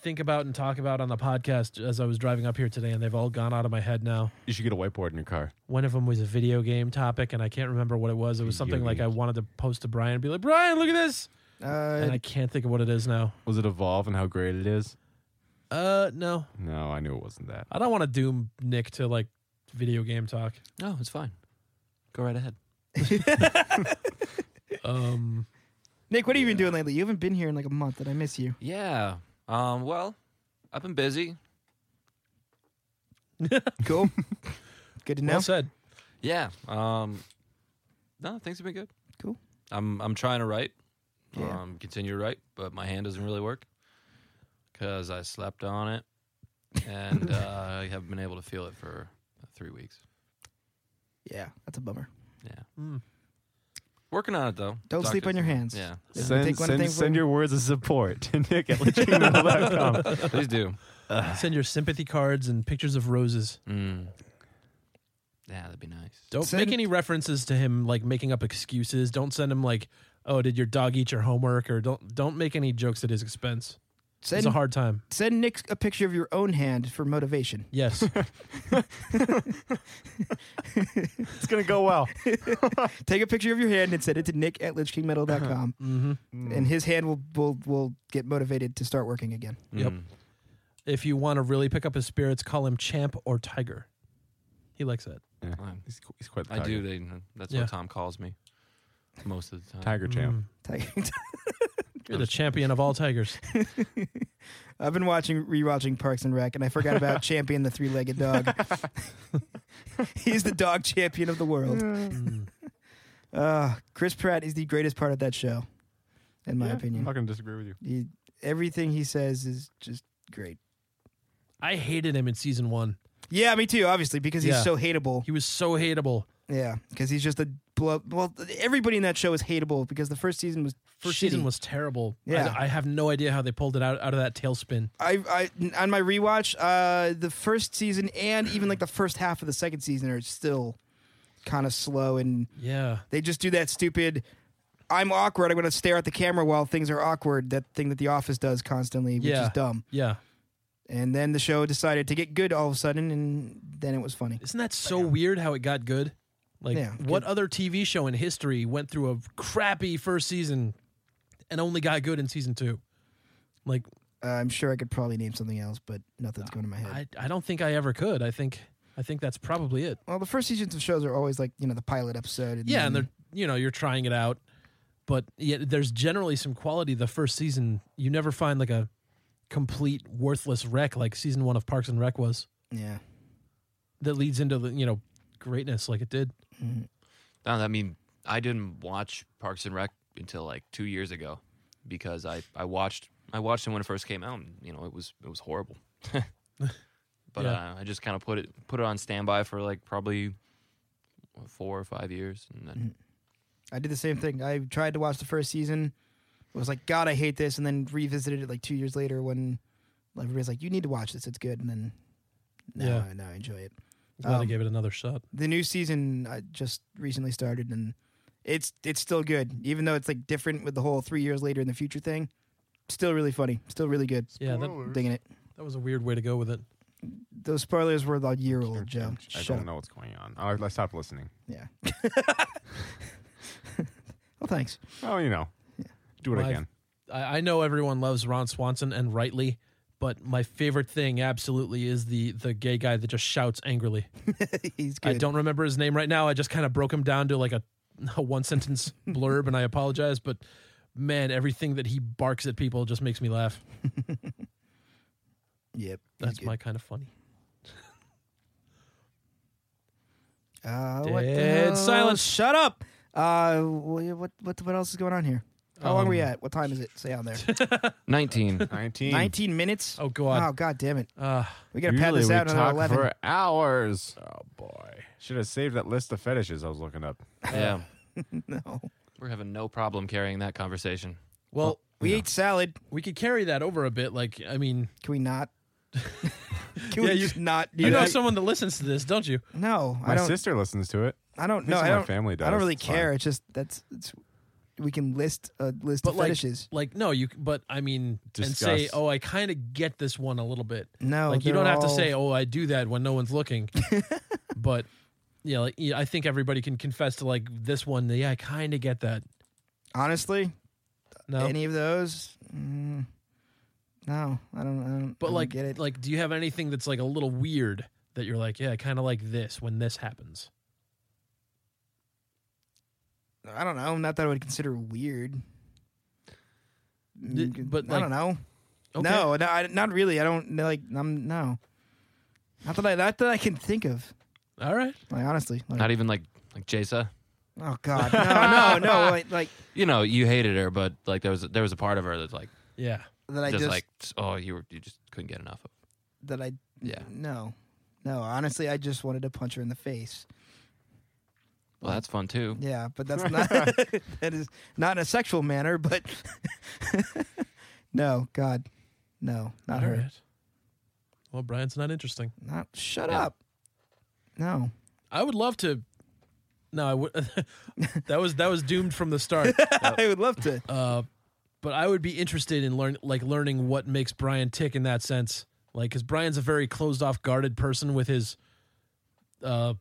[SPEAKER 1] think about and talk about on the podcast as I was driving up here today, and they've all gone out of my head now.
[SPEAKER 2] You should get a whiteboard in your car.
[SPEAKER 1] One of them was a video game topic, and I can't remember what it was. It was something like I wanted to post to Brian and be like, Brian, look at this, and
[SPEAKER 4] Uh,
[SPEAKER 1] I can't think of what it is now.
[SPEAKER 2] Was it Evolve and how great it is?
[SPEAKER 1] Uh, no,
[SPEAKER 2] No, I knew it wasn't that.
[SPEAKER 1] I don't want to doom Nick to like video game talk.
[SPEAKER 3] No, it's fine. Go right ahead.
[SPEAKER 4] (laughs)
[SPEAKER 1] (laughs) Um,
[SPEAKER 4] Nick, what have you been doing lately? You haven't been here in like a month, and I
[SPEAKER 1] (laughs)
[SPEAKER 4] miss you.
[SPEAKER 3] Yeah. Um. Well, I've been busy.
[SPEAKER 4] Cool. Good to know.
[SPEAKER 1] well said.
[SPEAKER 3] Yeah. Um. No, things have been good.
[SPEAKER 4] Cool.
[SPEAKER 3] I'm I'm trying to write.
[SPEAKER 4] Yeah.
[SPEAKER 3] Um. Continue to write, but my hand doesn't really work because I slept on it,
[SPEAKER 4] (laughs)
[SPEAKER 3] and uh, I haven't been able to feel it for three weeks.
[SPEAKER 4] yeah, that's a bummer.
[SPEAKER 3] Yeah.
[SPEAKER 1] Mm.
[SPEAKER 3] Working on it though.
[SPEAKER 4] Don't sleep on your hands. (laughs)
[SPEAKER 3] Yeah.
[SPEAKER 4] Yeah,
[SPEAKER 2] Send,
[SPEAKER 4] take one
[SPEAKER 2] send,
[SPEAKER 4] thing
[SPEAKER 2] send
[SPEAKER 4] from-
[SPEAKER 2] your words of support to (laughs) Nick at
[SPEAKER 3] (laughs)
[SPEAKER 2] legitmail.com.
[SPEAKER 3] (laughs) Please do.
[SPEAKER 1] Send your sympathy cards and pictures of roses.
[SPEAKER 3] Mm. Yeah, that'd be nice.
[SPEAKER 1] Don't
[SPEAKER 4] Send-
[SPEAKER 1] make any references to him like making up excuses. Don't send him like, "Oh, did your dog eat your homework?" or don't don't make any jokes at his expense.
[SPEAKER 4] Send
[SPEAKER 1] it's a hard time.
[SPEAKER 4] send Nick a picture of your own hand for motivation. (laughs)
[SPEAKER 1] Yes.
[SPEAKER 2] It's going to go well.
[SPEAKER 4] Take a picture of your hand and send it to Nick
[SPEAKER 1] Uh-huh.
[SPEAKER 4] at LynchKingMetal.com,
[SPEAKER 1] hmm
[SPEAKER 4] and his hand will will will get motivated to start working again. (laughs)
[SPEAKER 1] Yep.
[SPEAKER 3] Mm.
[SPEAKER 1] If you want to really pick up his spirits, call him Champ or Tiger. He likes that.
[SPEAKER 3] Fine.
[SPEAKER 2] He's, qu- he's quite the
[SPEAKER 3] Mm. I do.
[SPEAKER 2] tiger.
[SPEAKER 3] They, that's
[SPEAKER 1] Yeah.
[SPEAKER 3] what Tom calls me most of the time.
[SPEAKER 2] Tiger champ.
[SPEAKER 1] Mm.
[SPEAKER 4] Tiger-
[SPEAKER 1] You're the champion of all tigers.
[SPEAKER 4] (laughs)
[SPEAKER 1] (laughs)
[SPEAKER 4] I've been watching rewatching Parks and Rec, and I
[SPEAKER 1] (laughs)
[SPEAKER 4] forgot about Champion the three-legged dog. He's the dog champion of the world.
[SPEAKER 1] Mm.
[SPEAKER 4] (laughs) Uh, Chris Pratt is the greatest part of that show, in my
[SPEAKER 2] Yeah, I'm
[SPEAKER 4] opinion.
[SPEAKER 2] not going to disagree with you.
[SPEAKER 4] He, everything he says is just great.
[SPEAKER 1] I hated him in season one.
[SPEAKER 4] Yeah, me too. Obviously, because he's
[SPEAKER 1] Yeah.
[SPEAKER 4] so hateable.
[SPEAKER 1] He was so hateable.
[SPEAKER 4] Yeah, because he's just a blow. Well, everybody in that show is hateable because the first season was
[SPEAKER 1] First
[SPEAKER 4] shitty.
[SPEAKER 1] season was terrible. I-
[SPEAKER 4] Yeah.
[SPEAKER 1] I, have no idea how they pulled it out, out of that tailspin.
[SPEAKER 4] I, I on my rewatch, uh, the first season and even like the first half of the second season are still kind of slow, and
[SPEAKER 1] Yeah.
[SPEAKER 4] they just do that stupid. I'm awkward. I'm going to stare at the camera while things are awkward. That thing that The Office does constantly, which
[SPEAKER 1] Yeah.
[SPEAKER 4] is dumb.
[SPEAKER 1] Yeah.
[SPEAKER 4] And then the show decided to get good all of a sudden, and then it was funny.
[SPEAKER 1] Isn't that so weird how it got good? Like,
[SPEAKER 4] Yeah,
[SPEAKER 1] what other TV show in history went through a crappy first season and only got good in season two? Like,
[SPEAKER 4] Uh, I'm sure I could probably name something else, but nothing's going to my head.
[SPEAKER 1] Uh, I, I don't think I ever could. I think I think that's probably it.
[SPEAKER 4] well, the first seasons of shows are always like you know the pilot episode. And
[SPEAKER 1] Yeah,
[SPEAKER 4] then-
[SPEAKER 1] and they're Mm. you know you're trying it out, but yeah, there's generally some quality the first season. You never find like a complete worthless wreck like season one of Parks and Rec was
[SPEAKER 4] yeah.
[SPEAKER 1] that leads into the you know greatness like it did.
[SPEAKER 3] No, I mean, I didn't watch Parks and Rec until like two years ago because I, I watched I watched it when it first came out. And, you know, it was it was horrible. (laughs) but
[SPEAKER 1] Yeah.
[SPEAKER 3] uh, I just kind of put it put it on standby for like probably four or five years, and
[SPEAKER 4] Mm.
[SPEAKER 3] then
[SPEAKER 4] I did the same thing. I tried to watch the first season. was like, God, I hate this, and then revisited it like two years later when everybody's like, You need to watch this. It's good. And then now,
[SPEAKER 1] Yeah.
[SPEAKER 4] I- now I enjoy it.
[SPEAKER 1] Glad I
[SPEAKER 4] Um,
[SPEAKER 1] gave it another shot.
[SPEAKER 4] The new season I just recently started, and it's it's still good, even though it's like different with the whole three years later in the future thing. Still really funny. Still really good.
[SPEAKER 1] Yeah, that,
[SPEAKER 4] Digging it.
[SPEAKER 1] that was a weird way to go with it.
[SPEAKER 4] Those spoilers were the year old, Joe.
[SPEAKER 2] I
[SPEAKER 4] Shut
[SPEAKER 2] don't
[SPEAKER 4] up.
[SPEAKER 2] know what's going on. I, I stopped listening.
[SPEAKER 4] Yeah. (laughs) well, thanks.
[SPEAKER 2] Oh, you know. Do what
[SPEAKER 1] My-
[SPEAKER 2] I can.
[SPEAKER 1] I, I know everyone loves Ron Swanson and rightly, but my favorite thing absolutely is the the gay guy that just shouts angrily.
[SPEAKER 4] He's
[SPEAKER 1] I
[SPEAKER 4] good.
[SPEAKER 1] don't remember his name right now. I just kind of broke him down to like a, a one sentence blurb, and I apologize. But man, everything that he barks at people just makes me laugh.
[SPEAKER 4] Yep. he's
[SPEAKER 1] That's
[SPEAKER 4] good.
[SPEAKER 1] my kind of funny.
[SPEAKER 4] Uh,
[SPEAKER 1] Dead
[SPEAKER 4] hell?
[SPEAKER 1] silence.
[SPEAKER 4] Shut up. Uh, wh- what what what else is going on here? How long are we at? What time is it? Say on there. (laughs)
[SPEAKER 3] nineteen.
[SPEAKER 2] 19.
[SPEAKER 4] Nineteen minutes.
[SPEAKER 1] Oh God.
[SPEAKER 4] Oh, god damn it.
[SPEAKER 1] Uh,
[SPEAKER 4] We gotta pad this
[SPEAKER 2] Usually
[SPEAKER 4] out
[SPEAKER 2] we
[SPEAKER 4] another
[SPEAKER 2] talk
[SPEAKER 4] eleven.
[SPEAKER 2] for hours. Oh, boy. Should have saved that list of fetishes I was looking up.
[SPEAKER 3] yeah,
[SPEAKER 4] (laughs) no,
[SPEAKER 3] we're having no problem carrying that conversation.
[SPEAKER 1] well,
[SPEAKER 4] we ate salad.
[SPEAKER 1] we could carry that over a bit. Like, I mean,
[SPEAKER 4] Can we not? Can
[SPEAKER 1] Yeah,
[SPEAKER 4] we
[SPEAKER 1] you-
[SPEAKER 4] just not? do
[SPEAKER 1] You know
[SPEAKER 4] that?
[SPEAKER 1] someone that listens to this, don't you?
[SPEAKER 4] no, I
[SPEAKER 2] My
[SPEAKER 4] don't.
[SPEAKER 2] sister listens to it.
[SPEAKER 4] I don't
[SPEAKER 2] At
[SPEAKER 4] know.
[SPEAKER 2] least
[SPEAKER 4] I
[SPEAKER 2] my
[SPEAKER 4] don't.
[SPEAKER 2] family does.
[SPEAKER 4] I don't really
[SPEAKER 2] It's fine.
[SPEAKER 4] care. It's just that's. It's, we can list a list
[SPEAKER 1] But
[SPEAKER 4] of
[SPEAKER 1] like,
[SPEAKER 4] fetishes.
[SPEAKER 1] like no, you. But I mean, and say,
[SPEAKER 2] Discuss.
[SPEAKER 1] oh, I kind of get this one a little bit.
[SPEAKER 4] No,
[SPEAKER 1] like you
[SPEAKER 4] they're
[SPEAKER 1] don't have to
[SPEAKER 4] all-
[SPEAKER 1] say, oh, I do that when no one's
[SPEAKER 4] (laughs)
[SPEAKER 1] looking. but yeah, like yeah, I think everybody can confess to like this one. Yeah, I kind of get that.
[SPEAKER 4] Honestly,
[SPEAKER 1] No,
[SPEAKER 4] any of those. Mm, no, I don't. I don't I
[SPEAKER 1] but
[SPEAKER 4] don't
[SPEAKER 1] like,
[SPEAKER 4] get it.
[SPEAKER 1] like, do you have anything that's like a little weird that you're like, yeah, I kind of like this when this happens?
[SPEAKER 4] I don't know. Not that I would consider weird.
[SPEAKER 1] D-
[SPEAKER 4] Mm,
[SPEAKER 1] but,
[SPEAKER 4] I don't know.
[SPEAKER 1] Okay.
[SPEAKER 4] No, no, I, not really. I don't no, like. I'm no. Not that I. Not that I can think of.
[SPEAKER 1] All right.
[SPEAKER 4] Like honestly. Like,
[SPEAKER 3] Not e- even like like Jasa.
[SPEAKER 4] oh God. No.
[SPEAKER 1] (laughs)
[SPEAKER 4] No. No. Like, like
[SPEAKER 3] You know, you hated her, but like there was there was a part of her that's like
[SPEAKER 1] Yeah.
[SPEAKER 4] that. I
[SPEAKER 3] just,
[SPEAKER 4] just,
[SPEAKER 3] like oh you were you just couldn't get enough of.
[SPEAKER 4] that. I.
[SPEAKER 3] Yeah.
[SPEAKER 4] No. No. Honestly, I just wanted to punch her in the face.
[SPEAKER 3] Well, that's fun too.
[SPEAKER 4] Yeah, but that's not. (laughs) that is not in a sexual manner, but. (laughs) no, God, no, not
[SPEAKER 1] All
[SPEAKER 4] her.
[SPEAKER 1] right. Well, Brian's not interesting.
[SPEAKER 4] Not. Shut
[SPEAKER 3] Yeah.
[SPEAKER 4] up. No. (laughs)
[SPEAKER 1] I would love to. No, I would. (laughs) that was that was doomed from the start.
[SPEAKER 4] I would love
[SPEAKER 3] (laughs)
[SPEAKER 4] to.
[SPEAKER 3] Oh,
[SPEAKER 1] Uh, but I would be interested in learn like learning what makes Brian tick in that sense. Like, because Brian's a very closed off, guarded person with his, uh,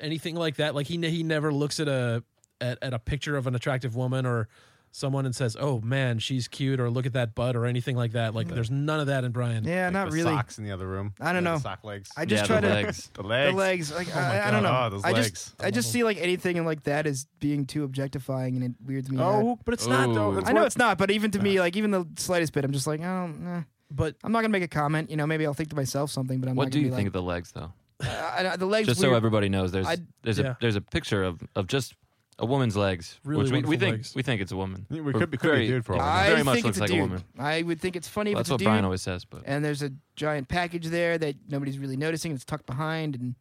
[SPEAKER 1] anything like that. Like he ne- he never looks at a at, at a picture of an attractive woman or someone and says, "Oh man, she's cute," or "Look at that butt," or anything like that. Like, there's none of that in Brian.
[SPEAKER 4] Yeah,
[SPEAKER 2] Like
[SPEAKER 4] not
[SPEAKER 2] the
[SPEAKER 4] really.
[SPEAKER 2] Socks in the other room.
[SPEAKER 4] I don't
[SPEAKER 2] Yeah, the
[SPEAKER 4] know.
[SPEAKER 2] sock legs.
[SPEAKER 4] I just
[SPEAKER 3] yeah,
[SPEAKER 4] try
[SPEAKER 3] the
[SPEAKER 4] to
[SPEAKER 3] legs.
[SPEAKER 2] the
[SPEAKER 4] the
[SPEAKER 2] legs.
[SPEAKER 4] legs. Like I, I
[SPEAKER 1] God.
[SPEAKER 4] don't know.
[SPEAKER 2] Oh, those
[SPEAKER 4] I
[SPEAKER 2] legs.
[SPEAKER 4] just I just see like anything and like that as being too objectifying and it weirds me out.
[SPEAKER 2] Oh,
[SPEAKER 1] But it's not though.
[SPEAKER 3] Ooh.
[SPEAKER 2] that's
[SPEAKER 4] I know
[SPEAKER 2] what-
[SPEAKER 4] it's not, but even to me,
[SPEAKER 3] Uh.
[SPEAKER 4] like even the slightest bit, I'm just like, oh, nah.
[SPEAKER 1] But
[SPEAKER 4] I'm not gonna make a comment. You know, maybe I'll think to myself something, but I'm
[SPEAKER 3] What
[SPEAKER 4] not
[SPEAKER 3] do
[SPEAKER 4] gonna
[SPEAKER 3] you
[SPEAKER 4] be
[SPEAKER 3] think of the legs though?
[SPEAKER 4] like, I- I- the legs.
[SPEAKER 3] Just so
[SPEAKER 4] weird.
[SPEAKER 3] everybody knows, there's
[SPEAKER 4] I'd-
[SPEAKER 3] there's
[SPEAKER 1] yeah.
[SPEAKER 3] a there's a picture of of just a woman's legs,
[SPEAKER 1] Really
[SPEAKER 3] which we, we
[SPEAKER 1] wonderful
[SPEAKER 3] think
[SPEAKER 1] legs.
[SPEAKER 3] we think it's a woman.
[SPEAKER 2] We
[SPEAKER 3] Or
[SPEAKER 2] could be- could be a
[SPEAKER 3] very-
[SPEAKER 2] dude for all we know.
[SPEAKER 4] I
[SPEAKER 3] Very much
[SPEAKER 4] think
[SPEAKER 3] looks
[SPEAKER 4] it's
[SPEAKER 3] like
[SPEAKER 4] a
[SPEAKER 3] a
[SPEAKER 4] dude.
[SPEAKER 3] woman.
[SPEAKER 4] I would think it's funny
[SPEAKER 3] Well,
[SPEAKER 4] if it's
[SPEAKER 3] that's
[SPEAKER 4] a
[SPEAKER 3] what
[SPEAKER 4] dude.
[SPEAKER 3] Brian always says, but
[SPEAKER 4] and there's a giant package there that nobody's really noticing. It's tucked behind, and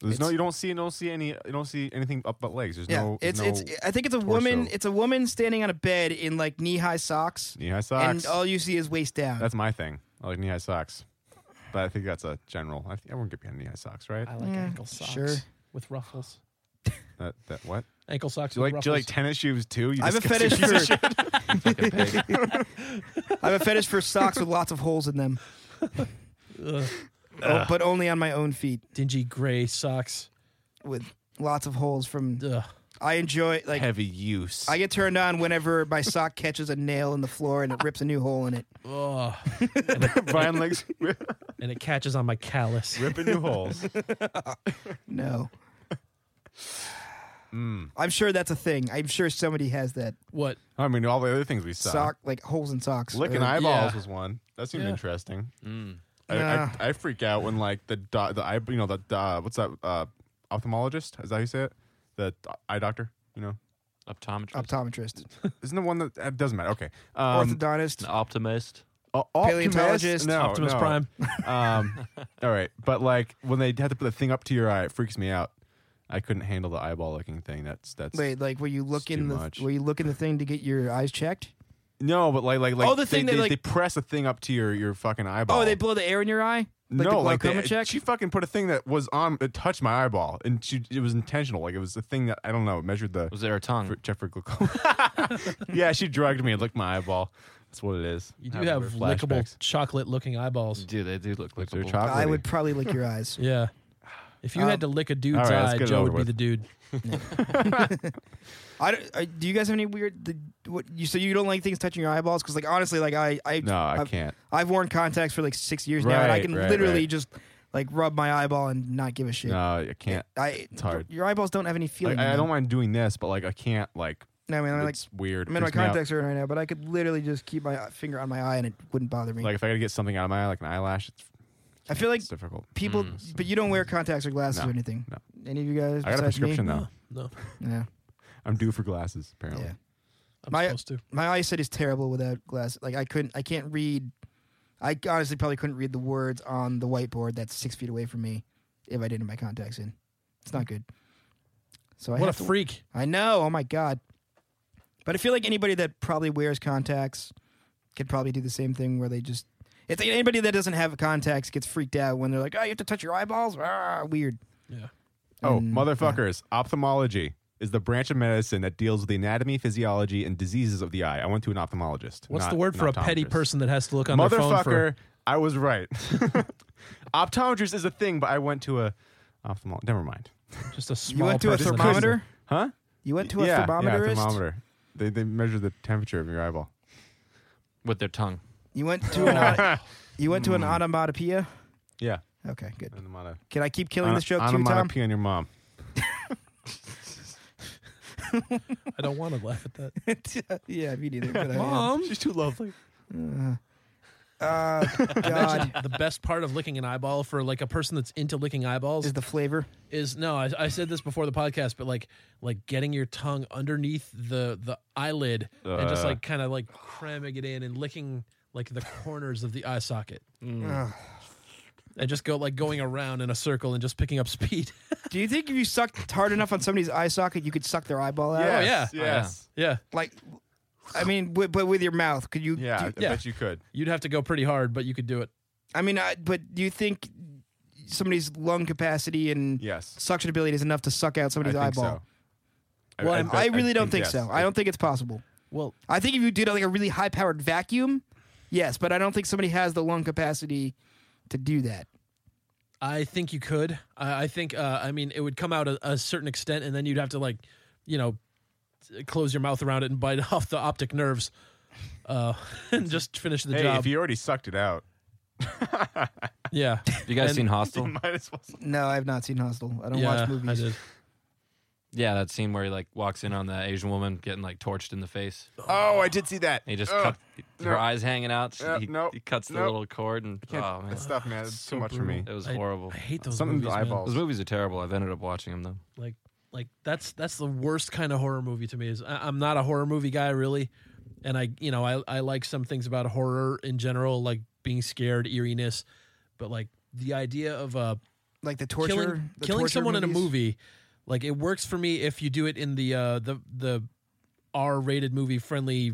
[SPEAKER 2] There's no,
[SPEAKER 4] It's-
[SPEAKER 2] you don't see, you don't see any, you don't see anything up but legs. There's
[SPEAKER 4] yeah,
[SPEAKER 2] no,
[SPEAKER 4] it's
[SPEAKER 2] no
[SPEAKER 4] it's. I think it's a woman.
[SPEAKER 2] torso.
[SPEAKER 4] It's a woman standing on a bed in like knee high socks,
[SPEAKER 2] knee high socks.
[SPEAKER 4] and all you see is waist down.
[SPEAKER 2] that's my thing. I like knee high socks, but I think that's a general. I think everyone could be on knee high socks, right?
[SPEAKER 1] I like
[SPEAKER 4] Yeah,
[SPEAKER 1] ankle socks
[SPEAKER 4] sure.
[SPEAKER 1] with ruffles.
[SPEAKER 2] That, that what?
[SPEAKER 1] Ankle socks
[SPEAKER 2] Do you
[SPEAKER 1] with
[SPEAKER 2] like, do you like
[SPEAKER 1] ruffles.
[SPEAKER 2] tennis shoes too? (laughs) You
[SPEAKER 4] I have a
[SPEAKER 2] disgusting
[SPEAKER 4] fetish
[SPEAKER 2] piece of
[SPEAKER 4] (laughs)
[SPEAKER 3] (laughs)
[SPEAKER 4] for
[SPEAKER 3] fucking pig.
[SPEAKER 1] (laughs)
[SPEAKER 4] I have a fetish for socks with lots of holes in
[SPEAKER 3] (laughs)
[SPEAKER 4] them,
[SPEAKER 1] Ugh,
[SPEAKER 4] oh, but only on my own feet
[SPEAKER 1] dingy gray socks.
[SPEAKER 4] with lots of holes from.
[SPEAKER 1] Ugh.
[SPEAKER 4] I enjoy like
[SPEAKER 2] heavy use.
[SPEAKER 4] I get turned on whenever my sock catches a nail in the floor and it rips a new hole in it.
[SPEAKER 1] Ugh.
[SPEAKER 2] Brian legs rip-
[SPEAKER 1] and it catches on my callus.
[SPEAKER 2] ripping new holes. (laughs)
[SPEAKER 4] No.
[SPEAKER 2] Hmm.
[SPEAKER 4] I'm sure that's a thing. I'm sure somebody has that
[SPEAKER 1] What?
[SPEAKER 2] I mean, all the other things we saw.
[SPEAKER 4] sock, like holes in socks.
[SPEAKER 2] Licking
[SPEAKER 4] Or-
[SPEAKER 2] eyeballs
[SPEAKER 1] Uh, Yeah.
[SPEAKER 2] was one. That seemed
[SPEAKER 1] Yeah.
[SPEAKER 2] interesting.
[SPEAKER 3] Mm.
[SPEAKER 2] I,
[SPEAKER 4] Nah.
[SPEAKER 2] I, I freak out when like the do- the eye you know the uh, what's that uh, ophthalmologist is that how you say it the d- eye doctor you know
[SPEAKER 3] Optometrist.
[SPEAKER 4] optometrist,
[SPEAKER 2] isn't the one that it doesn't matter okay um,
[SPEAKER 4] orthodontist.
[SPEAKER 3] An optimist.
[SPEAKER 2] uh, optimist?
[SPEAKER 4] paleontologist,
[SPEAKER 2] no,
[SPEAKER 1] Optimus
[SPEAKER 2] no.
[SPEAKER 1] Prime.
[SPEAKER 2] (laughs) um, all right but like when they have to put the thing up to your eye it freaks me out I couldn't handle the eyeball looking thing that's that's
[SPEAKER 4] Wait, like were you looking
[SPEAKER 2] too
[SPEAKER 4] the
[SPEAKER 2] much.
[SPEAKER 4] were you looking the thing to get your eyes checked?
[SPEAKER 2] no but like like like
[SPEAKER 4] Oh, the thing
[SPEAKER 2] they,
[SPEAKER 4] they,
[SPEAKER 2] they,
[SPEAKER 4] like-
[SPEAKER 2] they press a thing up to your your fucking eyeball
[SPEAKER 4] Oh, they blow the air in your eye. Like
[SPEAKER 2] no,
[SPEAKER 4] the
[SPEAKER 2] like uh,
[SPEAKER 4] glaucoma
[SPEAKER 2] they,
[SPEAKER 4] check.
[SPEAKER 2] she fucking put a thing that was on it touched my eyeball and she it was intentional like it was a thing that I don't know it measured the
[SPEAKER 3] Was there a tongue?
[SPEAKER 2] for Jeffrey glaucoma. (laughs) yeah, she drugged me and licked my eyeball. That's what it is.
[SPEAKER 1] You do have lickable chocolate looking eyeballs.
[SPEAKER 3] Dude, they do look like
[SPEAKER 2] They're
[SPEAKER 3] a bull-
[SPEAKER 2] chocolatey.
[SPEAKER 4] I would probably lick
[SPEAKER 2] (laughs)
[SPEAKER 4] your eyes.
[SPEAKER 1] Yeah. If you had to lick a dude's
[SPEAKER 2] Um, all right, let's
[SPEAKER 1] eye,
[SPEAKER 2] get it
[SPEAKER 1] Joe
[SPEAKER 2] over
[SPEAKER 1] would be
[SPEAKER 2] with.
[SPEAKER 1] the dude.
[SPEAKER 4] I, don't- I- do you guys have any weird? The, what you so you don't like things touching your eyeballs? Because like honestly, like I I
[SPEAKER 2] No, I
[SPEAKER 4] I've-
[SPEAKER 2] can't.
[SPEAKER 4] I've worn contacts for like six years now, and I
[SPEAKER 2] Right,
[SPEAKER 4] can
[SPEAKER 2] right,
[SPEAKER 4] literally
[SPEAKER 2] right.
[SPEAKER 4] just like rub my eyeball and not give a shit.
[SPEAKER 2] No, I can't.
[SPEAKER 4] I
[SPEAKER 2] It's hard.
[SPEAKER 4] Your eyeballs don't have any feeling.
[SPEAKER 2] Like,
[SPEAKER 4] in
[SPEAKER 2] I I don't
[SPEAKER 4] them.
[SPEAKER 2] mind doing this, but like I can't. Like
[SPEAKER 4] No, I mean, I like
[SPEAKER 2] it's weird.
[SPEAKER 4] I'm in my
[SPEAKER 2] Freaks me out.
[SPEAKER 4] contacts are in right now, but I could literally just keep my finger on my eye and it wouldn't bother me.
[SPEAKER 2] Like if I gotta get something out of my eye, like an eyelash, it's,
[SPEAKER 4] I feel like
[SPEAKER 2] it's difficult.
[SPEAKER 4] people, but you don't wear contacts or glasses
[SPEAKER 2] mm, No,
[SPEAKER 4] or anything.
[SPEAKER 2] no.
[SPEAKER 4] Any of you
[SPEAKER 2] I
[SPEAKER 4] guys?
[SPEAKER 2] got a
[SPEAKER 4] besides
[SPEAKER 2] prescription
[SPEAKER 4] Me?
[SPEAKER 2] though.
[SPEAKER 1] No,
[SPEAKER 4] Yeah,
[SPEAKER 2] I'm due for glasses apparently.
[SPEAKER 4] yeah.
[SPEAKER 1] I'm
[SPEAKER 4] (laughs) My-
[SPEAKER 1] supposed to.
[SPEAKER 4] My eyesight is terrible without glasses. Like I couldn't, I can't read. I honestly probably couldn't read the words on the whiteboard that's six feet away from me if I didn't have my contacts in. It's not good. So I
[SPEAKER 1] What a
[SPEAKER 4] have to-
[SPEAKER 1] freak.
[SPEAKER 4] I know. Oh my god. But I feel like anybody that probably wears contacts could probably do the same thing where they just It's anybody that doesn't have contacts gets freaked out when they're like, "Oh, you have to touch your eyeballs." Ah, weird.
[SPEAKER 1] Yeah.
[SPEAKER 2] Oh, motherfuckers. Ophthalmology is the branch of medicine that deals with the anatomy, physiology, and diseases of the eye. I went to an ophthalmologist.
[SPEAKER 1] What's
[SPEAKER 2] not
[SPEAKER 1] the word
[SPEAKER 2] an
[SPEAKER 1] for a petty
[SPEAKER 2] optometrist.
[SPEAKER 1] person that has to look on their phone for?
[SPEAKER 2] Motherfucker, I was right. (laughs) Optometrist is a thing, but I went to a ophthalmologist. Never mind.
[SPEAKER 1] Just a
[SPEAKER 4] You
[SPEAKER 1] small
[SPEAKER 4] went to a
[SPEAKER 1] person that-
[SPEAKER 4] thermometer.
[SPEAKER 2] Huh?
[SPEAKER 4] You went to a
[SPEAKER 2] yeah,
[SPEAKER 4] thermometerist.
[SPEAKER 2] Yeah, thermometer. They, they measure the temperature of your eyeball.
[SPEAKER 3] with their tongue.
[SPEAKER 4] You went to an.
[SPEAKER 2] (laughs)
[SPEAKER 4] auto- you went
[SPEAKER 2] Hmm.
[SPEAKER 4] to an onomatopoeia.
[SPEAKER 2] Yeah.
[SPEAKER 4] Okay, good.
[SPEAKER 2] And I'm on a-
[SPEAKER 4] Can I keep killing
[SPEAKER 2] on a-
[SPEAKER 4] this joke
[SPEAKER 2] on
[SPEAKER 4] too,
[SPEAKER 2] a
[SPEAKER 4] Tom?
[SPEAKER 2] monopee on your mom.
[SPEAKER 1] I don't want to laugh at that.
[SPEAKER 4] (laughs) yeah, me neither. But I am.
[SPEAKER 2] She's too lovely.
[SPEAKER 4] Uh,
[SPEAKER 2] (laughs)
[SPEAKER 4] God
[SPEAKER 1] the best part of licking an eyeball for like a person that's into licking eyeballs
[SPEAKER 4] is the flavor.
[SPEAKER 1] is no I, I said this before the podcast but like like getting your tongue underneath the the eyelid and just
[SPEAKER 2] Uh.
[SPEAKER 1] like kind of like cramming it in and licking like the corners of the eye socket
[SPEAKER 2] Hmm.
[SPEAKER 4] Ugh.
[SPEAKER 1] and just go like going around in a circle and just picking up (laughs) speed
[SPEAKER 4] Do you think if you sucked hard enough on somebody's eye socket, you could suck their eyeball out?
[SPEAKER 2] Yes,
[SPEAKER 1] Oh, yeah.
[SPEAKER 2] Yes.
[SPEAKER 1] yeah
[SPEAKER 4] Like, I mean, wi- but with your mouth, could you?
[SPEAKER 2] Yeah, I
[SPEAKER 4] do-
[SPEAKER 1] Yeah.
[SPEAKER 2] bet you could.
[SPEAKER 1] you'd have to go pretty hard but you could do it
[SPEAKER 4] I mean, I, but do you think somebody's lung capacity and
[SPEAKER 2] Yes.
[SPEAKER 4] suction ability is enough to suck out
[SPEAKER 2] I
[SPEAKER 4] somebody's
[SPEAKER 2] think
[SPEAKER 4] eyeball?
[SPEAKER 2] so.
[SPEAKER 1] Well,
[SPEAKER 2] bet-
[SPEAKER 4] I really don't think,
[SPEAKER 2] yes.
[SPEAKER 4] so. I don't think it's possible.
[SPEAKER 1] well
[SPEAKER 4] I think if you did like a really high powered vacuum, yes, but I don't think somebody has the lung capacity to do that.
[SPEAKER 1] I think you could. I, I think. Uh, I mean, it would come out a, a certain extent, and then you'd have to like, you know, t- close your mouth around it and bite (laughs) off the optic nerves, uh, (laughs) and just finish the
[SPEAKER 2] Hey,
[SPEAKER 1] job.
[SPEAKER 2] if you already sucked it out, (laughs)
[SPEAKER 1] (laughs) yeah,
[SPEAKER 3] You guys
[SPEAKER 1] And-
[SPEAKER 3] seen
[SPEAKER 1] (laughs)
[SPEAKER 2] you
[SPEAKER 3] Hostel?
[SPEAKER 2] might as well.
[SPEAKER 4] No, I've not seen Hostel. I don't
[SPEAKER 1] yeah,
[SPEAKER 4] watch movies.
[SPEAKER 1] I did.
[SPEAKER 3] Yeah, that scene where he like walks in on that Asian woman getting like torched in the face.
[SPEAKER 2] Oh, I did see that.
[SPEAKER 3] And he just
[SPEAKER 2] Ugh,
[SPEAKER 3] cut her
[SPEAKER 2] no.
[SPEAKER 3] eyes hanging out.
[SPEAKER 2] Yeah,
[SPEAKER 3] he,
[SPEAKER 2] nope,
[SPEAKER 3] he cuts the
[SPEAKER 2] nope.
[SPEAKER 3] little cord and oh man,
[SPEAKER 2] That stuff, man. It's
[SPEAKER 1] so
[SPEAKER 2] too much for me.
[SPEAKER 1] brutal.
[SPEAKER 3] it was
[SPEAKER 1] I-
[SPEAKER 3] horrible.
[SPEAKER 1] I hate those
[SPEAKER 2] Something to
[SPEAKER 1] movies. man.
[SPEAKER 2] eyeballs.
[SPEAKER 3] Those movies are terrible. I've ended up watching them though.
[SPEAKER 1] Like, like that's that's the worst kind of horror movie to me. Is I, I'm not a horror movie guy really, and I you know I I like some things about horror in general, like being scared, eeriness, but like the idea of a
[SPEAKER 4] like the torture,
[SPEAKER 1] killing,
[SPEAKER 4] the
[SPEAKER 1] killing
[SPEAKER 4] torture
[SPEAKER 1] someone in a
[SPEAKER 4] movies?
[SPEAKER 1] movie like it works for me if you do it in the uh the the r-rated movie friendly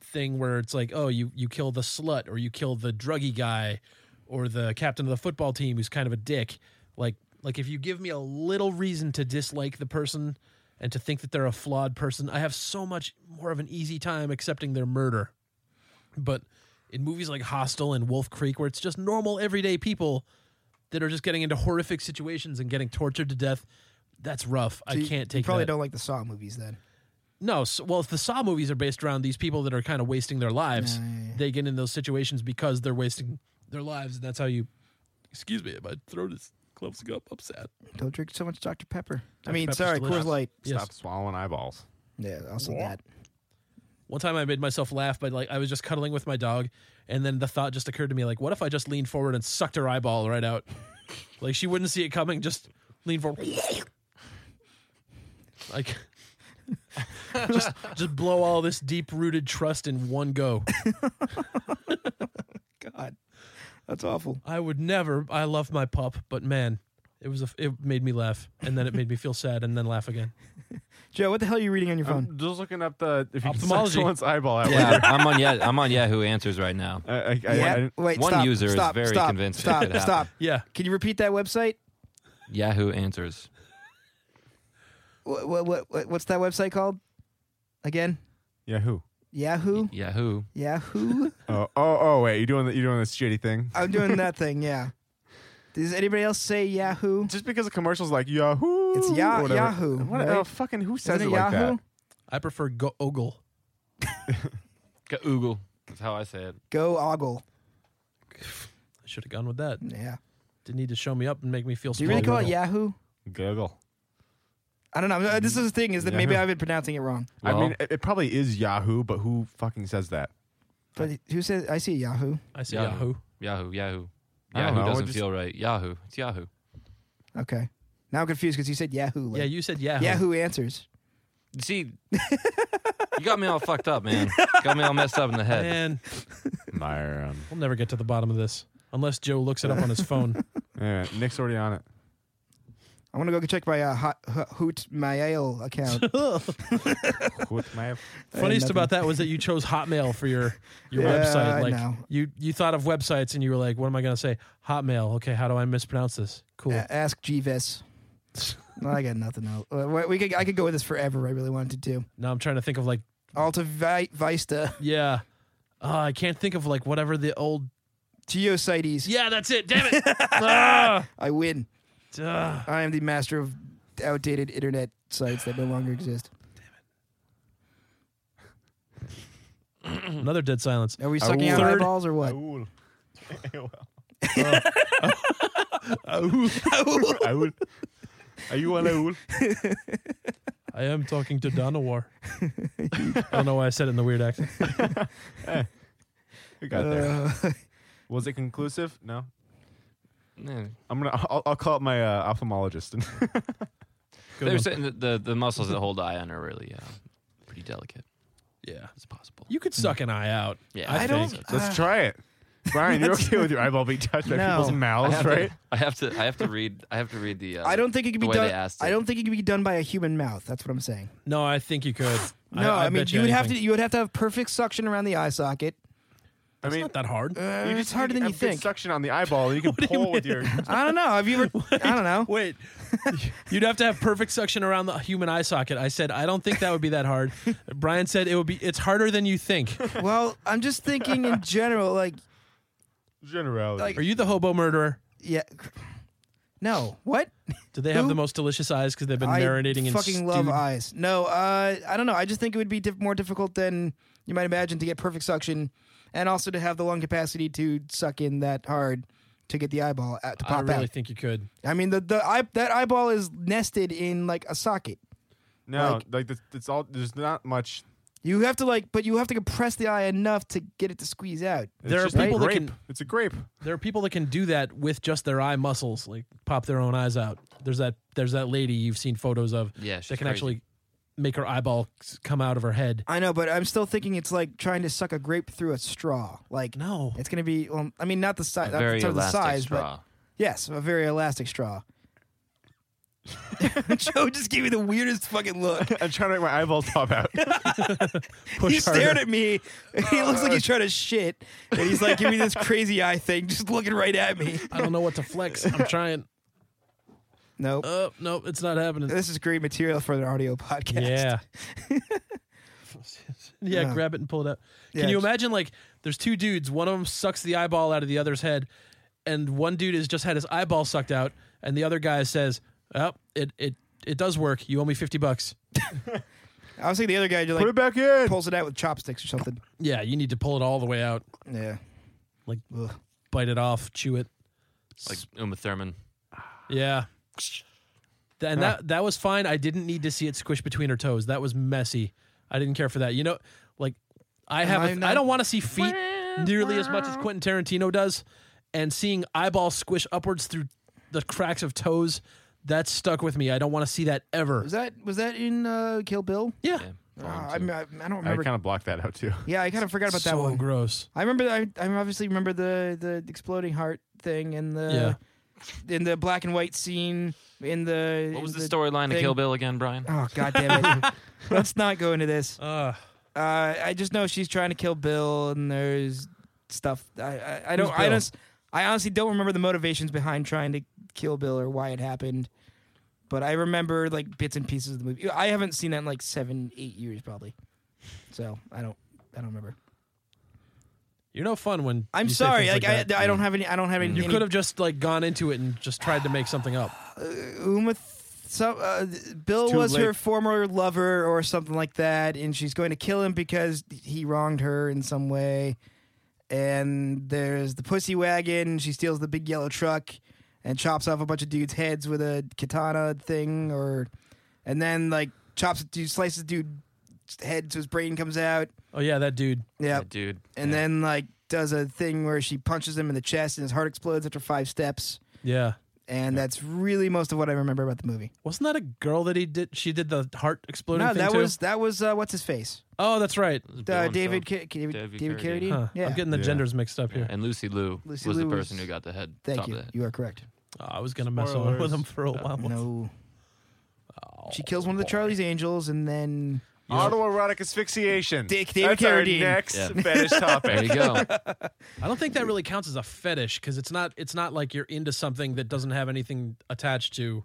[SPEAKER 1] thing where it's like oh you you kill the slut or you kill the druggy guy or the captain of the football team who's kind of a dick like like if you give me a little reason to dislike the person and to think that they're a flawed person i have so much more of an easy time accepting their murder but in movies like hostel and wolf creek where it's just normal everyday people that are just getting into horrific situations and getting tortured to death. That's rough.
[SPEAKER 4] So
[SPEAKER 1] I
[SPEAKER 4] you-
[SPEAKER 1] can't
[SPEAKER 4] You
[SPEAKER 1] take
[SPEAKER 4] probably
[SPEAKER 1] that.
[SPEAKER 4] don't like the Saw movies then.
[SPEAKER 1] No, so, well, if the Saw movies are based around these people that are kind of wasting their lives,
[SPEAKER 4] Yeah, yeah, yeah.
[SPEAKER 1] they get in those situations because they're wasting their lives, and that's how you. Excuse me, my throat is closing up. I'm sad.
[SPEAKER 4] Don't drink so much Dr Pepper. I
[SPEAKER 1] Dr.
[SPEAKER 4] mean,
[SPEAKER 1] Pepper's
[SPEAKER 4] sorry,
[SPEAKER 1] delicious.
[SPEAKER 4] Coors Light.
[SPEAKER 1] Yes.
[SPEAKER 2] Stop swallowing eyeballs.
[SPEAKER 4] Yeah, also that.
[SPEAKER 1] One time I made myself laugh, but like I was just cuddling with my dog, and then the thought just occurred to me, like, what if I just leaned forward and sucked her eyeball right
[SPEAKER 4] (laughs)
[SPEAKER 1] out? like she wouldn't see it coming. Just lean forward, like (laughs) just just blow all this deep rooted trust in one go.
[SPEAKER 4] God, that's awful.
[SPEAKER 1] I would never. I love my pup, but man, it was a, it made me laugh, and then it made me feel sad, and then laugh again.
[SPEAKER 4] Joe, what the hell are you reading on your phone?
[SPEAKER 2] I'm just looking up the if you can suck
[SPEAKER 1] Ophthalmology.
[SPEAKER 2] someone's eyeball
[SPEAKER 4] (laughs)
[SPEAKER 2] out.
[SPEAKER 3] Yeah, I'm on yeah, I'm on Yahoo Answers right now.
[SPEAKER 2] I, I, I, I
[SPEAKER 4] yeah,
[SPEAKER 2] didn't-
[SPEAKER 4] wait.
[SPEAKER 3] One
[SPEAKER 4] stop,
[SPEAKER 3] user is
[SPEAKER 4] stop,
[SPEAKER 3] very
[SPEAKER 4] stop,
[SPEAKER 3] convinced it
[SPEAKER 4] Stop,
[SPEAKER 3] could happen.
[SPEAKER 4] stop.
[SPEAKER 1] Yeah,
[SPEAKER 4] Can you repeat that website?
[SPEAKER 3] Yahoo Answers.
[SPEAKER 4] What, what, what, what's that website called? Again,
[SPEAKER 2] yeah, who?
[SPEAKER 4] Yahoo.
[SPEAKER 3] Yahoo.
[SPEAKER 4] Yahoo.
[SPEAKER 2] Oh, oh, oh, wait. You doing the, you doing this shitty thing?
[SPEAKER 4] I'm doing that thing. Yeah. Does anybody else say Yahoo?
[SPEAKER 2] Just because the commercial's like Yahoo,
[SPEAKER 4] It's Ya-
[SPEAKER 2] or whatever.
[SPEAKER 4] Yahoo,
[SPEAKER 2] What
[SPEAKER 4] right?
[SPEAKER 2] oh, fucking who says
[SPEAKER 4] Isn't
[SPEAKER 2] it
[SPEAKER 4] it
[SPEAKER 2] like
[SPEAKER 4] Yahoo?
[SPEAKER 2] that?
[SPEAKER 1] I prefer go- ogle.
[SPEAKER 3] Oogle. That's how I say it.
[SPEAKER 4] Go ogle.
[SPEAKER 1] I should have gone with that.
[SPEAKER 4] Yeah.
[SPEAKER 1] Didn't need to show me up and make me feel.
[SPEAKER 4] Do you really
[SPEAKER 1] small.
[SPEAKER 4] call it Yahoo?
[SPEAKER 2] Google.
[SPEAKER 4] I don't know. uh, This is the thing is that maybe
[SPEAKER 2] Yahoo.
[SPEAKER 4] I've been pronouncing it wrong.
[SPEAKER 2] I
[SPEAKER 3] Well-
[SPEAKER 2] mean, it, it probably is Yahoo, but who fucking says (laughs) that?
[SPEAKER 4] But who says I see Yahoo?
[SPEAKER 1] I say
[SPEAKER 3] Yahoo.
[SPEAKER 1] Yahoo.
[SPEAKER 3] Yahoo. Yahoo.
[SPEAKER 2] I don't
[SPEAKER 3] Yahoo
[SPEAKER 2] know, it
[SPEAKER 3] doesn't
[SPEAKER 2] just-
[SPEAKER 3] feel right. Yahoo. It's Yahoo.
[SPEAKER 4] Okay. Now I'm confused because you said Yahoo. like-
[SPEAKER 1] Yeah, you said Yahoo.
[SPEAKER 4] Yahoo answers.
[SPEAKER 3] You See, you got me all fucked
[SPEAKER 4] (laughs)
[SPEAKER 3] up, man. Got me all messed up in the head.
[SPEAKER 1] Man,
[SPEAKER 2] My, um,
[SPEAKER 1] we'll never get
[SPEAKER 4] (laughs)
[SPEAKER 1] to the bottom of this unless Joe looks it up on his phone.
[SPEAKER 2] yeah, Nick's already on it.
[SPEAKER 4] I'm gonna go check my uh, hot, ho- hoot my ale (laughs) account.
[SPEAKER 2] What my
[SPEAKER 1] Funniest
[SPEAKER 4] nothing.
[SPEAKER 1] about that was that you chose Hotmail for your your
[SPEAKER 4] Yeah, I
[SPEAKER 1] website. Like
[SPEAKER 4] know.
[SPEAKER 1] you you thought of websites and you were like, what am I going to say? Hotmail. Okay, how do I mispronounce this? Cool.
[SPEAKER 4] A- ask Jeeves. No, I got nothing else. Uh, we- We could I could go with this forever. I really wanted to.
[SPEAKER 1] Now I'm trying to think of like
[SPEAKER 4] Alta Vi- Vista,
[SPEAKER 1] yeah. Uh, I can't think of like whatever the old
[SPEAKER 4] Geocides.
[SPEAKER 1] yeah that's it damn it
[SPEAKER 4] (laughs)
[SPEAKER 1] Ah,
[SPEAKER 4] I win.
[SPEAKER 1] duh.
[SPEAKER 4] I am the master of outdated internet sites that no longer exist.
[SPEAKER 1] another dead silence
[SPEAKER 4] Are we sucking out
[SPEAKER 1] Third-
[SPEAKER 4] eyeballs or what?
[SPEAKER 2] (laughs) Aul.
[SPEAKER 4] Ah.
[SPEAKER 2] (laughs)
[SPEAKER 4] Aul.
[SPEAKER 2] Aul. Are you on Aul?
[SPEAKER 1] I am talking to
[SPEAKER 4] (laughs)
[SPEAKER 1] Donowar I don't know why I said it in the weird accent
[SPEAKER 2] We got there.
[SPEAKER 4] Uh,
[SPEAKER 2] Was it conclusive? No.
[SPEAKER 3] Yeah.
[SPEAKER 2] I'm gonna. I'll, I'll call up my uh, ophthalmologist. (laughs)
[SPEAKER 1] Good
[SPEAKER 3] They're
[SPEAKER 1] one.
[SPEAKER 3] saying that the, the muscles that hold the eye on are really uh, pretty delicate
[SPEAKER 1] yeah
[SPEAKER 3] as possible.
[SPEAKER 1] you could suck an eye out
[SPEAKER 3] Yeah,
[SPEAKER 1] I,
[SPEAKER 3] I
[SPEAKER 1] think.
[SPEAKER 3] don't-
[SPEAKER 2] Let's try it. Brian, you're okay with your eyeball being touched by
[SPEAKER 4] Uh. No.
[SPEAKER 2] people's mouths, right?
[SPEAKER 3] I have to I have to read I have to read the uh,
[SPEAKER 4] I don't think it could
[SPEAKER 3] the
[SPEAKER 4] be
[SPEAKER 3] way they
[SPEAKER 4] done.
[SPEAKER 3] asked
[SPEAKER 4] I
[SPEAKER 3] it.
[SPEAKER 4] don't think it could be done by a human mouth. That's what I'm saying.
[SPEAKER 1] no I think you could
[SPEAKER 4] No, I, mean
[SPEAKER 1] bet
[SPEAKER 4] you would have to.
[SPEAKER 1] anything.
[SPEAKER 4] You would have to have perfect suction around the eye socket.
[SPEAKER 2] I
[SPEAKER 1] it's
[SPEAKER 2] mean,
[SPEAKER 1] not that hard
[SPEAKER 4] Uh,
[SPEAKER 2] you
[SPEAKER 4] it's harder than
[SPEAKER 2] have
[SPEAKER 4] you
[SPEAKER 2] good
[SPEAKER 4] think.
[SPEAKER 2] Suction on the eyeball.
[SPEAKER 4] (laughs)
[SPEAKER 2] and You can pull with your.
[SPEAKER 4] I don't know. Have you ever?
[SPEAKER 1] (laughs)
[SPEAKER 4] I don't know.
[SPEAKER 1] Wait, you'd have to have perfect suction around the human eye socket. I said I don't think that would be that
[SPEAKER 4] (laughs)
[SPEAKER 1] hard. Brian said it would be. It's harder than you think.
[SPEAKER 4] Well, I'm just thinking
[SPEAKER 1] (laughs)
[SPEAKER 4] in general. Like,
[SPEAKER 2] Generality.
[SPEAKER 4] Like-
[SPEAKER 1] Are you the hobo murderer?
[SPEAKER 4] yeah. No. What?
[SPEAKER 1] Do they have
[SPEAKER 4] Who?
[SPEAKER 1] the most delicious eyes because they've been
[SPEAKER 4] I
[SPEAKER 1] marinating in
[SPEAKER 4] fucking
[SPEAKER 1] stewed-
[SPEAKER 4] love eyes. No. Uh, I don't know. I just think it would be diff- more difficult than you might imagine to get perfect suction, and also to have the lung capacity to suck in that hard to get the eyeball out to
[SPEAKER 1] I
[SPEAKER 4] pop
[SPEAKER 1] really
[SPEAKER 4] out.
[SPEAKER 1] think you could.
[SPEAKER 4] I mean, the the eye that eyeball is nested in like a socket.
[SPEAKER 2] no,
[SPEAKER 4] like-
[SPEAKER 2] like, it's, it's all. There's not much.
[SPEAKER 4] You have to like, but you have to compress the eye enough to get it to squeeze out.
[SPEAKER 2] It's
[SPEAKER 1] There are
[SPEAKER 2] just a
[SPEAKER 1] people that
[SPEAKER 2] grape.
[SPEAKER 1] can-
[SPEAKER 2] It's a grape.
[SPEAKER 1] There are people that can do that with just their eye muscles, like pop their own eyes out. There's that. There's that lady you've seen photos of.
[SPEAKER 3] Yeah,
[SPEAKER 1] that
[SPEAKER 3] she's
[SPEAKER 1] can
[SPEAKER 3] crazy.
[SPEAKER 1] actually make her eyeball s- come out of her head.
[SPEAKER 4] I know, but I'm still thinking it's like trying to suck a grape through a straw. Like
[SPEAKER 1] No,
[SPEAKER 4] it's gonna be. Well, I mean, not the size.
[SPEAKER 3] a very
[SPEAKER 4] the
[SPEAKER 3] elastic
[SPEAKER 4] size,
[SPEAKER 3] straw.
[SPEAKER 4] but yes, a very elastic
[SPEAKER 3] (laughs)
[SPEAKER 4] straw. (laughs) Joe just gave me the weirdest fucking look.
[SPEAKER 2] I'm trying to make my eyeballs pop
[SPEAKER 4] (laughs)
[SPEAKER 2] out.
[SPEAKER 1] push
[SPEAKER 4] He stared
[SPEAKER 1] (laughs)
[SPEAKER 4] at me. He looks like he's trying to shit, and he's like giving me this crazy eye thing, (laughs) just looking right at me.
[SPEAKER 1] I don't know what to
[SPEAKER 4] (laughs)
[SPEAKER 1] flex. I'm trying.
[SPEAKER 4] No,
[SPEAKER 1] Oh no, it's not happening.
[SPEAKER 4] this is great material for an audio podcast.
[SPEAKER 1] Yeah. yeah,
[SPEAKER 4] Yeah.
[SPEAKER 1] grab it and pull it out. Can
[SPEAKER 4] Yeah,
[SPEAKER 1] you
[SPEAKER 4] just-
[SPEAKER 1] imagine like there's two dudes, one of them sucks the eyeball out of the other's head, and one dude has just had his eyeball sucked out, and the other guy says, Oh, it it it does work. You owe me fifty bucks.
[SPEAKER 4] I was thinking the other guy just
[SPEAKER 2] Put
[SPEAKER 4] like
[SPEAKER 2] it back in.
[SPEAKER 4] pulls it out with chopsticks or something.
[SPEAKER 1] Yeah, you need to pull it all the way out,
[SPEAKER 4] Yeah.
[SPEAKER 1] Like-
[SPEAKER 4] Ugh.
[SPEAKER 1] bite it off, chew it.
[SPEAKER 3] like Uma Thurman.
[SPEAKER 1] Yeah. And that that was fine. I didn't need to see it squish between her toes. That was messy. I didn't care for that. You know, like I have.
[SPEAKER 4] I
[SPEAKER 1] a- I,
[SPEAKER 4] not-
[SPEAKER 1] don't want to see feet nearly as much as Quentin Tarantino does. And seeing eyeballs squish upwards through the cracks of toes, that stuck with me. I don't want to see that ever.
[SPEAKER 4] Was that was that in uh, Kill Bill?
[SPEAKER 1] yeah.
[SPEAKER 3] Yeah,
[SPEAKER 4] Uh,
[SPEAKER 3] volume
[SPEAKER 4] I,
[SPEAKER 3] two.
[SPEAKER 4] mean, I, I don't
[SPEAKER 2] I
[SPEAKER 4] remember.
[SPEAKER 2] kind of blocked that out too.
[SPEAKER 4] yeah, I kind of forgot about that
[SPEAKER 1] so
[SPEAKER 4] one.
[SPEAKER 1] gross.
[SPEAKER 4] I remember. I, I obviously remember the the exploding heart thing and the in the black and white scene in the.
[SPEAKER 3] what was
[SPEAKER 4] in
[SPEAKER 3] the storyline of
[SPEAKER 4] thing-
[SPEAKER 3] Kill Bill again, Brian?
[SPEAKER 4] Oh god damn it! (laughs) Let's not go into this.
[SPEAKER 1] Uh,
[SPEAKER 4] Uh, I just know she's trying to kill Bill, and there's stuff. I I, I don't. I
[SPEAKER 1] Bill?
[SPEAKER 4] just. I honestly don't remember the motivations behind trying to kill Bill or why it happened, but I remember like bits and pieces of the movie. I haven't seen that in like seven, eight years probably, so I don't. I don't remember.
[SPEAKER 1] you're no fun when
[SPEAKER 4] I'm
[SPEAKER 1] you say
[SPEAKER 4] sorry.
[SPEAKER 1] things
[SPEAKER 4] Like,
[SPEAKER 1] that.
[SPEAKER 4] I, I don't have any. I don't have any.
[SPEAKER 1] You
[SPEAKER 4] any-
[SPEAKER 1] could have just like gone into it and just tried to make something up.
[SPEAKER 4] Uma. Th- so uh, Bill
[SPEAKER 2] too
[SPEAKER 4] was her
[SPEAKER 2] late.
[SPEAKER 4] former lover or something like that, and she's going to kill him because he wronged her in some way. And there's the pussy wagon. She steals the big yellow truck and chops off a bunch of dudes' heads with a katana thing, or and then like chops a dude, slices a dude head so his brain comes out.
[SPEAKER 1] Oh yeah, that dude.
[SPEAKER 4] Yeah,
[SPEAKER 3] That dude.
[SPEAKER 4] and
[SPEAKER 3] Yeah.
[SPEAKER 4] then like does a thing where she punches him in the chest and his heart explodes after five steps.
[SPEAKER 1] Yeah.
[SPEAKER 4] And that's really most of what I remember about the movie.
[SPEAKER 1] Wasn't that a girl that he did? She did the heart exploding
[SPEAKER 4] No,
[SPEAKER 1] thing
[SPEAKER 4] that
[SPEAKER 1] too?
[SPEAKER 4] was that was uh, what's his face,
[SPEAKER 1] Oh, that's right.
[SPEAKER 3] It was Bill
[SPEAKER 4] uh,
[SPEAKER 3] and
[SPEAKER 4] David,
[SPEAKER 3] Phil.
[SPEAKER 4] Ca- David David
[SPEAKER 3] David
[SPEAKER 4] Carradine.
[SPEAKER 3] Carradine.
[SPEAKER 1] Huh.
[SPEAKER 4] Yeah,
[SPEAKER 1] I'm getting the
[SPEAKER 2] Yeah.
[SPEAKER 1] genders mixed up here.
[SPEAKER 3] and Lucy Lou
[SPEAKER 4] Lucy
[SPEAKER 3] was
[SPEAKER 4] Liu
[SPEAKER 3] the person
[SPEAKER 4] was-
[SPEAKER 3] who got the head.
[SPEAKER 4] thank
[SPEAKER 3] top
[SPEAKER 4] you.
[SPEAKER 3] Of the head.
[SPEAKER 4] You are correct.
[SPEAKER 1] Oh, I was gonna mess over with
[SPEAKER 2] Spoilers.
[SPEAKER 1] him for a while.
[SPEAKER 2] (laughs)
[SPEAKER 4] No.
[SPEAKER 1] Oh,
[SPEAKER 4] She kills one of the Charlie's Angels and then
[SPEAKER 2] Autoerotic asphyxiation.
[SPEAKER 4] Dick David
[SPEAKER 2] That's our
[SPEAKER 4] Carradine.
[SPEAKER 2] next (laughs)
[SPEAKER 3] Yeah.
[SPEAKER 2] fetish
[SPEAKER 3] There
[SPEAKER 2] topic.
[SPEAKER 4] (laughs)
[SPEAKER 3] you go.
[SPEAKER 1] I don't think that really counts as a fetish because it's not. It's not like you're into something that doesn't have anything attached to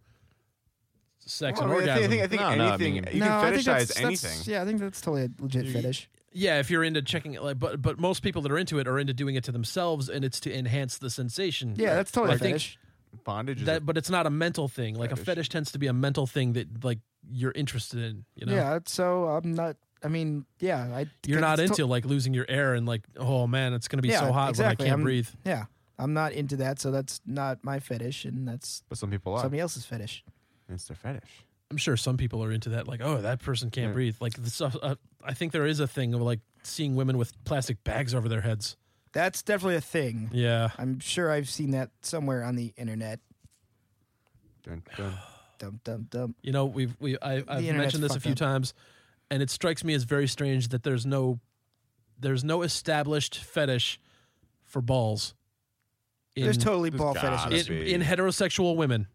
[SPEAKER 1] sex
[SPEAKER 2] Well,
[SPEAKER 1] and
[SPEAKER 2] I mean, I
[SPEAKER 1] orgasm.
[SPEAKER 2] think, I think
[SPEAKER 3] No, no, I
[SPEAKER 2] anything
[SPEAKER 3] mean-
[SPEAKER 2] you
[SPEAKER 4] no, I
[SPEAKER 2] can
[SPEAKER 4] think that's-
[SPEAKER 2] fetishize
[SPEAKER 4] that's-
[SPEAKER 2] anything.
[SPEAKER 4] yeah, I think that's totally a legit fetish.
[SPEAKER 1] yeah, if you're into checking it, like, but but most people that are into it are into doing it to themselves, and it's to enhance the sensation.
[SPEAKER 4] Yeah, that's totally
[SPEAKER 1] I
[SPEAKER 4] a
[SPEAKER 1] think
[SPEAKER 4] fetish.
[SPEAKER 2] Bondage. Is
[SPEAKER 1] That, but it's not a mental thing. Like a
[SPEAKER 2] Fetish.
[SPEAKER 1] fetish tends to be a mental thing that like you're interested in. You know,
[SPEAKER 4] Yeah, so I'm not. I mean, yeah, I.
[SPEAKER 1] you're
[SPEAKER 4] it's
[SPEAKER 1] not
[SPEAKER 4] to-
[SPEAKER 1] into like losing your air and like, oh man, it's gonna be
[SPEAKER 4] Yeah,
[SPEAKER 1] so hot
[SPEAKER 4] exactly.
[SPEAKER 1] when I can't
[SPEAKER 4] I'm-
[SPEAKER 1] breathe.
[SPEAKER 4] Yeah, I'm not into that, so that's not my fetish, and that's
[SPEAKER 2] but some people are.
[SPEAKER 4] somebody else's fetish.
[SPEAKER 2] It's their fetish.
[SPEAKER 1] I'm sure some people are into that. Like, oh, that person can't
[SPEAKER 2] Yeah.
[SPEAKER 1] breathe. Like the stuff. Uh, I think there is a thing of like seeing women with plastic bags over their heads.
[SPEAKER 4] That's definitely a thing.
[SPEAKER 1] Yeah,
[SPEAKER 4] I'm sure I've seen that somewhere on the internet.
[SPEAKER 2] Dun, dun.
[SPEAKER 4] Dum dum dum.
[SPEAKER 1] you know, we've we I, I've
[SPEAKER 4] internet's
[SPEAKER 1] mentioned this a
[SPEAKER 4] fucked
[SPEAKER 1] few
[SPEAKER 4] up.
[SPEAKER 1] times, and it strikes me as very strange that there's no there's no established fetish for balls. In,
[SPEAKER 4] There's totally ball
[SPEAKER 2] There's gotta
[SPEAKER 4] fetishes.
[SPEAKER 1] in, in heterosexual women.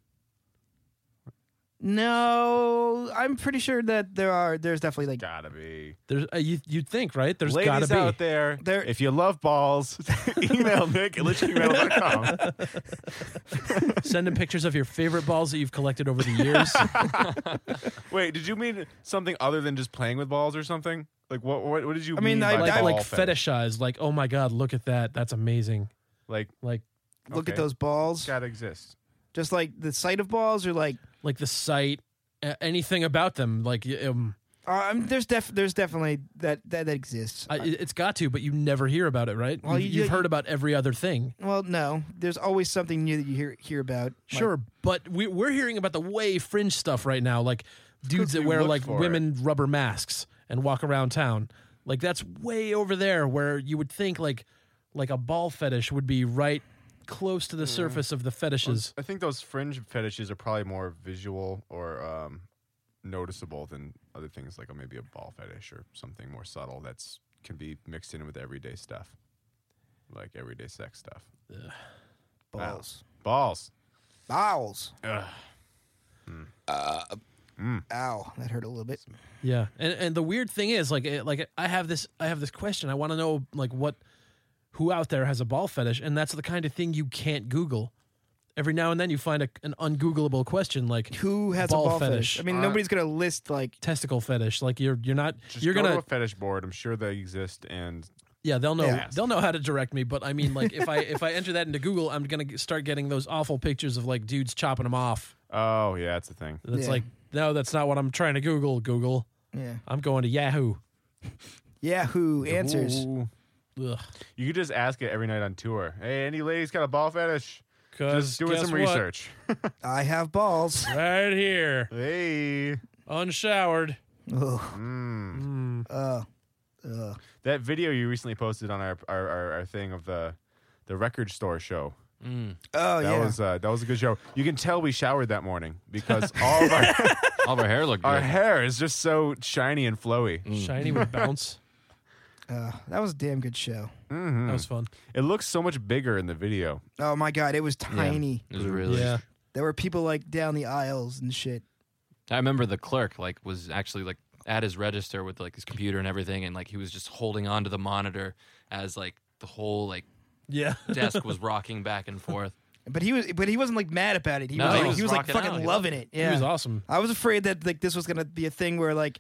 [SPEAKER 4] no, I'm pretty sure that there are. There's definitely like
[SPEAKER 2] Gotta be.
[SPEAKER 1] There's uh, you, you'd think right. There's
[SPEAKER 2] Ladies
[SPEAKER 1] gotta be.
[SPEAKER 2] out there,
[SPEAKER 4] There-
[SPEAKER 2] if you love balls, (laughs) email Nick at
[SPEAKER 4] (laughs)
[SPEAKER 2] litchgmail.com.
[SPEAKER 1] Send them pictures of your favorite balls that you've collected over the
[SPEAKER 4] (laughs)
[SPEAKER 1] years.
[SPEAKER 2] Wait, did you mean something other than just playing with balls or something? Like what? What, what did you
[SPEAKER 4] I mean,
[SPEAKER 2] mean?
[SPEAKER 4] I-
[SPEAKER 2] by
[SPEAKER 1] like
[SPEAKER 4] I-
[SPEAKER 2] ball
[SPEAKER 1] like fetishized. Like oh my god, look at that. That's amazing.
[SPEAKER 2] Like
[SPEAKER 1] Like
[SPEAKER 4] look at
[SPEAKER 2] okay.
[SPEAKER 4] those balls.
[SPEAKER 2] gotta exist.
[SPEAKER 4] Just like the sight of balls, or like
[SPEAKER 1] like the site, a- anything about them. Like y- um,
[SPEAKER 4] uh, I'm, there's def there's definitely that that, that exists. Uh,
[SPEAKER 1] I, it's got to, but you never hear about it, right?
[SPEAKER 4] Well,
[SPEAKER 1] you,
[SPEAKER 4] you-
[SPEAKER 1] have heard about every other thing,
[SPEAKER 4] well, no, there's always something new that you hear hear about. Like,
[SPEAKER 1] sure, but we, we're hearing about the way fringe stuff right now, like dudes that
[SPEAKER 2] we
[SPEAKER 1] wear
[SPEAKER 2] look
[SPEAKER 1] like
[SPEAKER 2] for
[SPEAKER 1] women rubber masks and walk around town. Like that's way over there, where you would think like like a ball fetish would be right close to the surface of the fetishes.
[SPEAKER 2] I think those fringe fetishes are probably more visual or um, noticeable than other things, like maybe a ball fetish or something more subtle that's can be mixed in with everyday stuff, like everyday sex stuff.
[SPEAKER 4] balls,
[SPEAKER 2] Balls.
[SPEAKER 4] balls. Hmm.
[SPEAKER 2] Ugh. Hmm.
[SPEAKER 4] Uh, Ow, that hurt a little bit.
[SPEAKER 1] Yeah, and and the weird thing is, like, it- like I have this, I have this question. I want to know, like, what, who out there has a ball fetish? And that's the kind of thing you can't Google. Every now and then, you find a, an ungoogleable question, like
[SPEAKER 4] Who has
[SPEAKER 1] Ball
[SPEAKER 4] a ball fetish?
[SPEAKER 1] fetish.
[SPEAKER 4] I
[SPEAKER 2] Uh,
[SPEAKER 4] mean, nobody's gonna list like
[SPEAKER 1] testicle fetish. Like you're you're not
[SPEAKER 2] Just
[SPEAKER 1] you're
[SPEAKER 2] go
[SPEAKER 1] gonna
[SPEAKER 2] to a fetish board. I'm sure they exist, and
[SPEAKER 1] yeah they'll know
[SPEAKER 4] Yeah.
[SPEAKER 1] they'll know how to direct me. But I mean, like, if
[SPEAKER 2] (laughs)
[SPEAKER 1] I if I enter that into Google, I'm gonna g- start getting those awful pictures of like dudes chopping them off.
[SPEAKER 2] oh yeah, it's a thing.
[SPEAKER 1] That's
[SPEAKER 4] Yeah.
[SPEAKER 1] like no, that's not what I'm trying to Google. Google,
[SPEAKER 4] yeah.
[SPEAKER 1] I'm going to Yahoo.
[SPEAKER 4] Yahoo answers.
[SPEAKER 2] Ooh.
[SPEAKER 1] Ugh.
[SPEAKER 2] You could just ask it every night on tour. Hey, any ladies got a ball fetish?
[SPEAKER 1] 'Cause
[SPEAKER 2] Just doing
[SPEAKER 1] guess
[SPEAKER 2] some
[SPEAKER 1] what?
[SPEAKER 2] research.
[SPEAKER 4] I have balls. (laughs)
[SPEAKER 1] right here,
[SPEAKER 2] hey.
[SPEAKER 1] unshowered.
[SPEAKER 4] Ugh.
[SPEAKER 2] Mm.
[SPEAKER 4] Uh, uh.
[SPEAKER 2] That video you recently posted on our our, our, our thing of the the record store show.
[SPEAKER 3] Mm.
[SPEAKER 4] Oh
[SPEAKER 2] That
[SPEAKER 4] yeah.
[SPEAKER 2] was uh, that was a good show. You can tell we showered that morning because (laughs) all
[SPEAKER 1] (laughs)
[SPEAKER 2] of our,
[SPEAKER 3] All of our hair looked
[SPEAKER 2] our
[SPEAKER 3] good.
[SPEAKER 2] hair is just so shiny and flowy.
[SPEAKER 1] Shiny with
[SPEAKER 4] (laughs)
[SPEAKER 1] bounce.
[SPEAKER 4] uh, that was a damn good show.
[SPEAKER 1] That was fun.
[SPEAKER 2] Mm-hmm. It looks so much bigger in the video.
[SPEAKER 4] Oh my god, it was tiny.
[SPEAKER 3] It was really.
[SPEAKER 1] Yeah.
[SPEAKER 4] There were people like down the aisles and shit.
[SPEAKER 3] I remember the clerk like was actually like at his register with like his computer and everything, and like he was just holding on to the monitor as like the whole like
[SPEAKER 1] Yeah.
[SPEAKER 4] (laughs)
[SPEAKER 3] desk was rocking back and forth.
[SPEAKER 4] But he was, but he wasn't like mad about it. He
[SPEAKER 3] No,
[SPEAKER 4] was,
[SPEAKER 3] he
[SPEAKER 4] like,
[SPEAKER 3] was
[SPEAKER 4] he was like
[SPEAKER 3] rocking out.
[SPEAKER 4] fucking
[SPEAKER 3] He
[SPEAKER 4] loving it.
[SPEAKER 1] (laughs)
[SPEAKER 4] Yeah,
[SPEAKER 1] He was awesome.
[SPEAKER 4] I was afraid that like this was gonna be a thing where like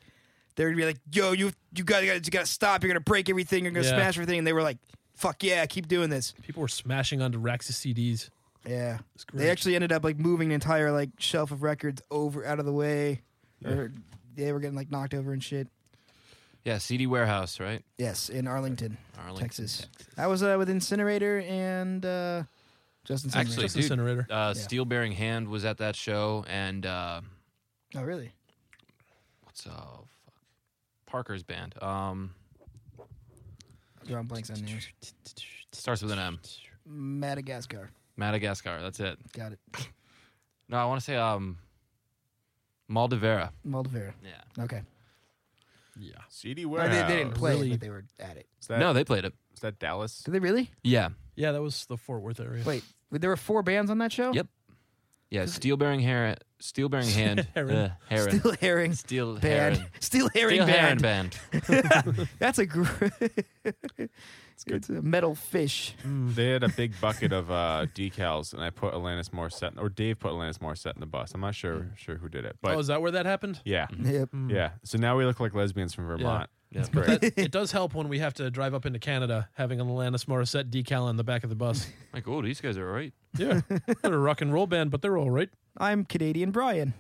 [SPEAKER 4] they would be like, "Yo, you you got you got to stop. You're gonna break everything. You're gonna
[SPEAKER 1] Yeah.
[SPEAKER 4] smash everything." And they were like, "Fuck yeah, keep doing this."
[SPEAKER 1] People were smashing onto racks of CDs.
[SPEAKER 4] Yeah,
[SPEAKER 1] great.
[SPEAKER 4] they actually ended up like moving an entire like shelf of records over out of the way, or they were getting like knocked over and shit.
[SPEAKER 3] Yeah, CD warehouse, right?
[SPEAKER 4] Yes, in Arlington,
[SPEAKER 3] Arlington,
[SPEAKER 4] Texas. I was uh, with Incinerator and uh, Justin. Timberlake.
[SPEAKER 3] Actually,
[SPEAKER 1] Just
[SPEAKER 3] dude,
[SPEAKER 1] incinerator.
[SPEAKER 3] Uh, Steel Bearing Hand was at that show, and uh,
[SPEAKER 4] oh really?
[SPEAKER 3] what's uh, fuck, Parker's band. Um,
[SPEAKER 4] Drawing blanks on names.
[SPEAKER 3] starts with an M.
[SPEAKER 4] Madagascar.
[SPEAKER 3] Madagascar. That's it.
[SPEAKER 4] Got it.
[SPEAKER 3] No, I want to say um, Maldivera.
[SPEAKER 4] Moldavera.
[SPEAKER 3] Yeah.
[SPEAKER 4] Okay.
[SPEAKER 1] Yeah.
[SPEAKER 2] CD
[SPEAKER 4] No,
[SPEAKER 2] warehouse.
[SPEAKER 4] they, they didn't play, it,
[SPEAKER 1] Really-
[SPEAKER 4] but they were at it.
[SPEAKER 2] Is that,
[SPEAKER 3] no, they played it.
[SPEAKER 2] is that Dallas?
[SPEAKER 4] Did they really?
[SPEAKER 3] Yeah.
[SPEAKER 1] Yeah, that was the Fort Worth area.
[SPEAKER 4] Wait, there were four bands on that show.
[SPEAKER 3] Yep. Yeah, steel bearing hair, steel bearing hand,
[SPEAKER 1] Heron.
[SPEAKER 3] uh, heron,
[SPEAKER 4] Steel herring
[SPEAKER 3] steel
[SPEAKER 4] band. (laughs)
[SPEAKER 3] heron,
[SPEAKER 4] Steel herring
[SPEAKER 3] steel heron
[SPEAKER 4] band.
[SPEAKER 3] band.
[SPEAKER 4] That's a gr- (laughs) it's a metal fish.
[SPEAKER 2] They had a
[SPEAKER 1] (laughs)
[SPEAKER 2] big bucket of uh, decals, and I put Alanis Morissette, or Dave put Alanis Morissette in the bus. I'm not sure sure who did it, but
[SPEAKER 1] oh, is that where that (laughs) happened?
[SPEAKER 2] yeah,
[SPEAKER 4] Yep.
[SPEAKER 1] Mm.
[SPEAKER 2] yeah. So now we look like lesbians from Vermont.
[SPEAKER 3] Yeah.
[SPEAKER 2] It's great.
[SPEAKER 1] That- it does help when we have to drive up into Canada having an Alanis Morissette decal on the back of the (laughs) bus.
[SPEAKER 3] Like, oh, these guys are all right.
[SPEAKER 1] Yeah, they're a rock and roll band, but they're all right.
[SPEAKER 4] I'm Canadian Brian.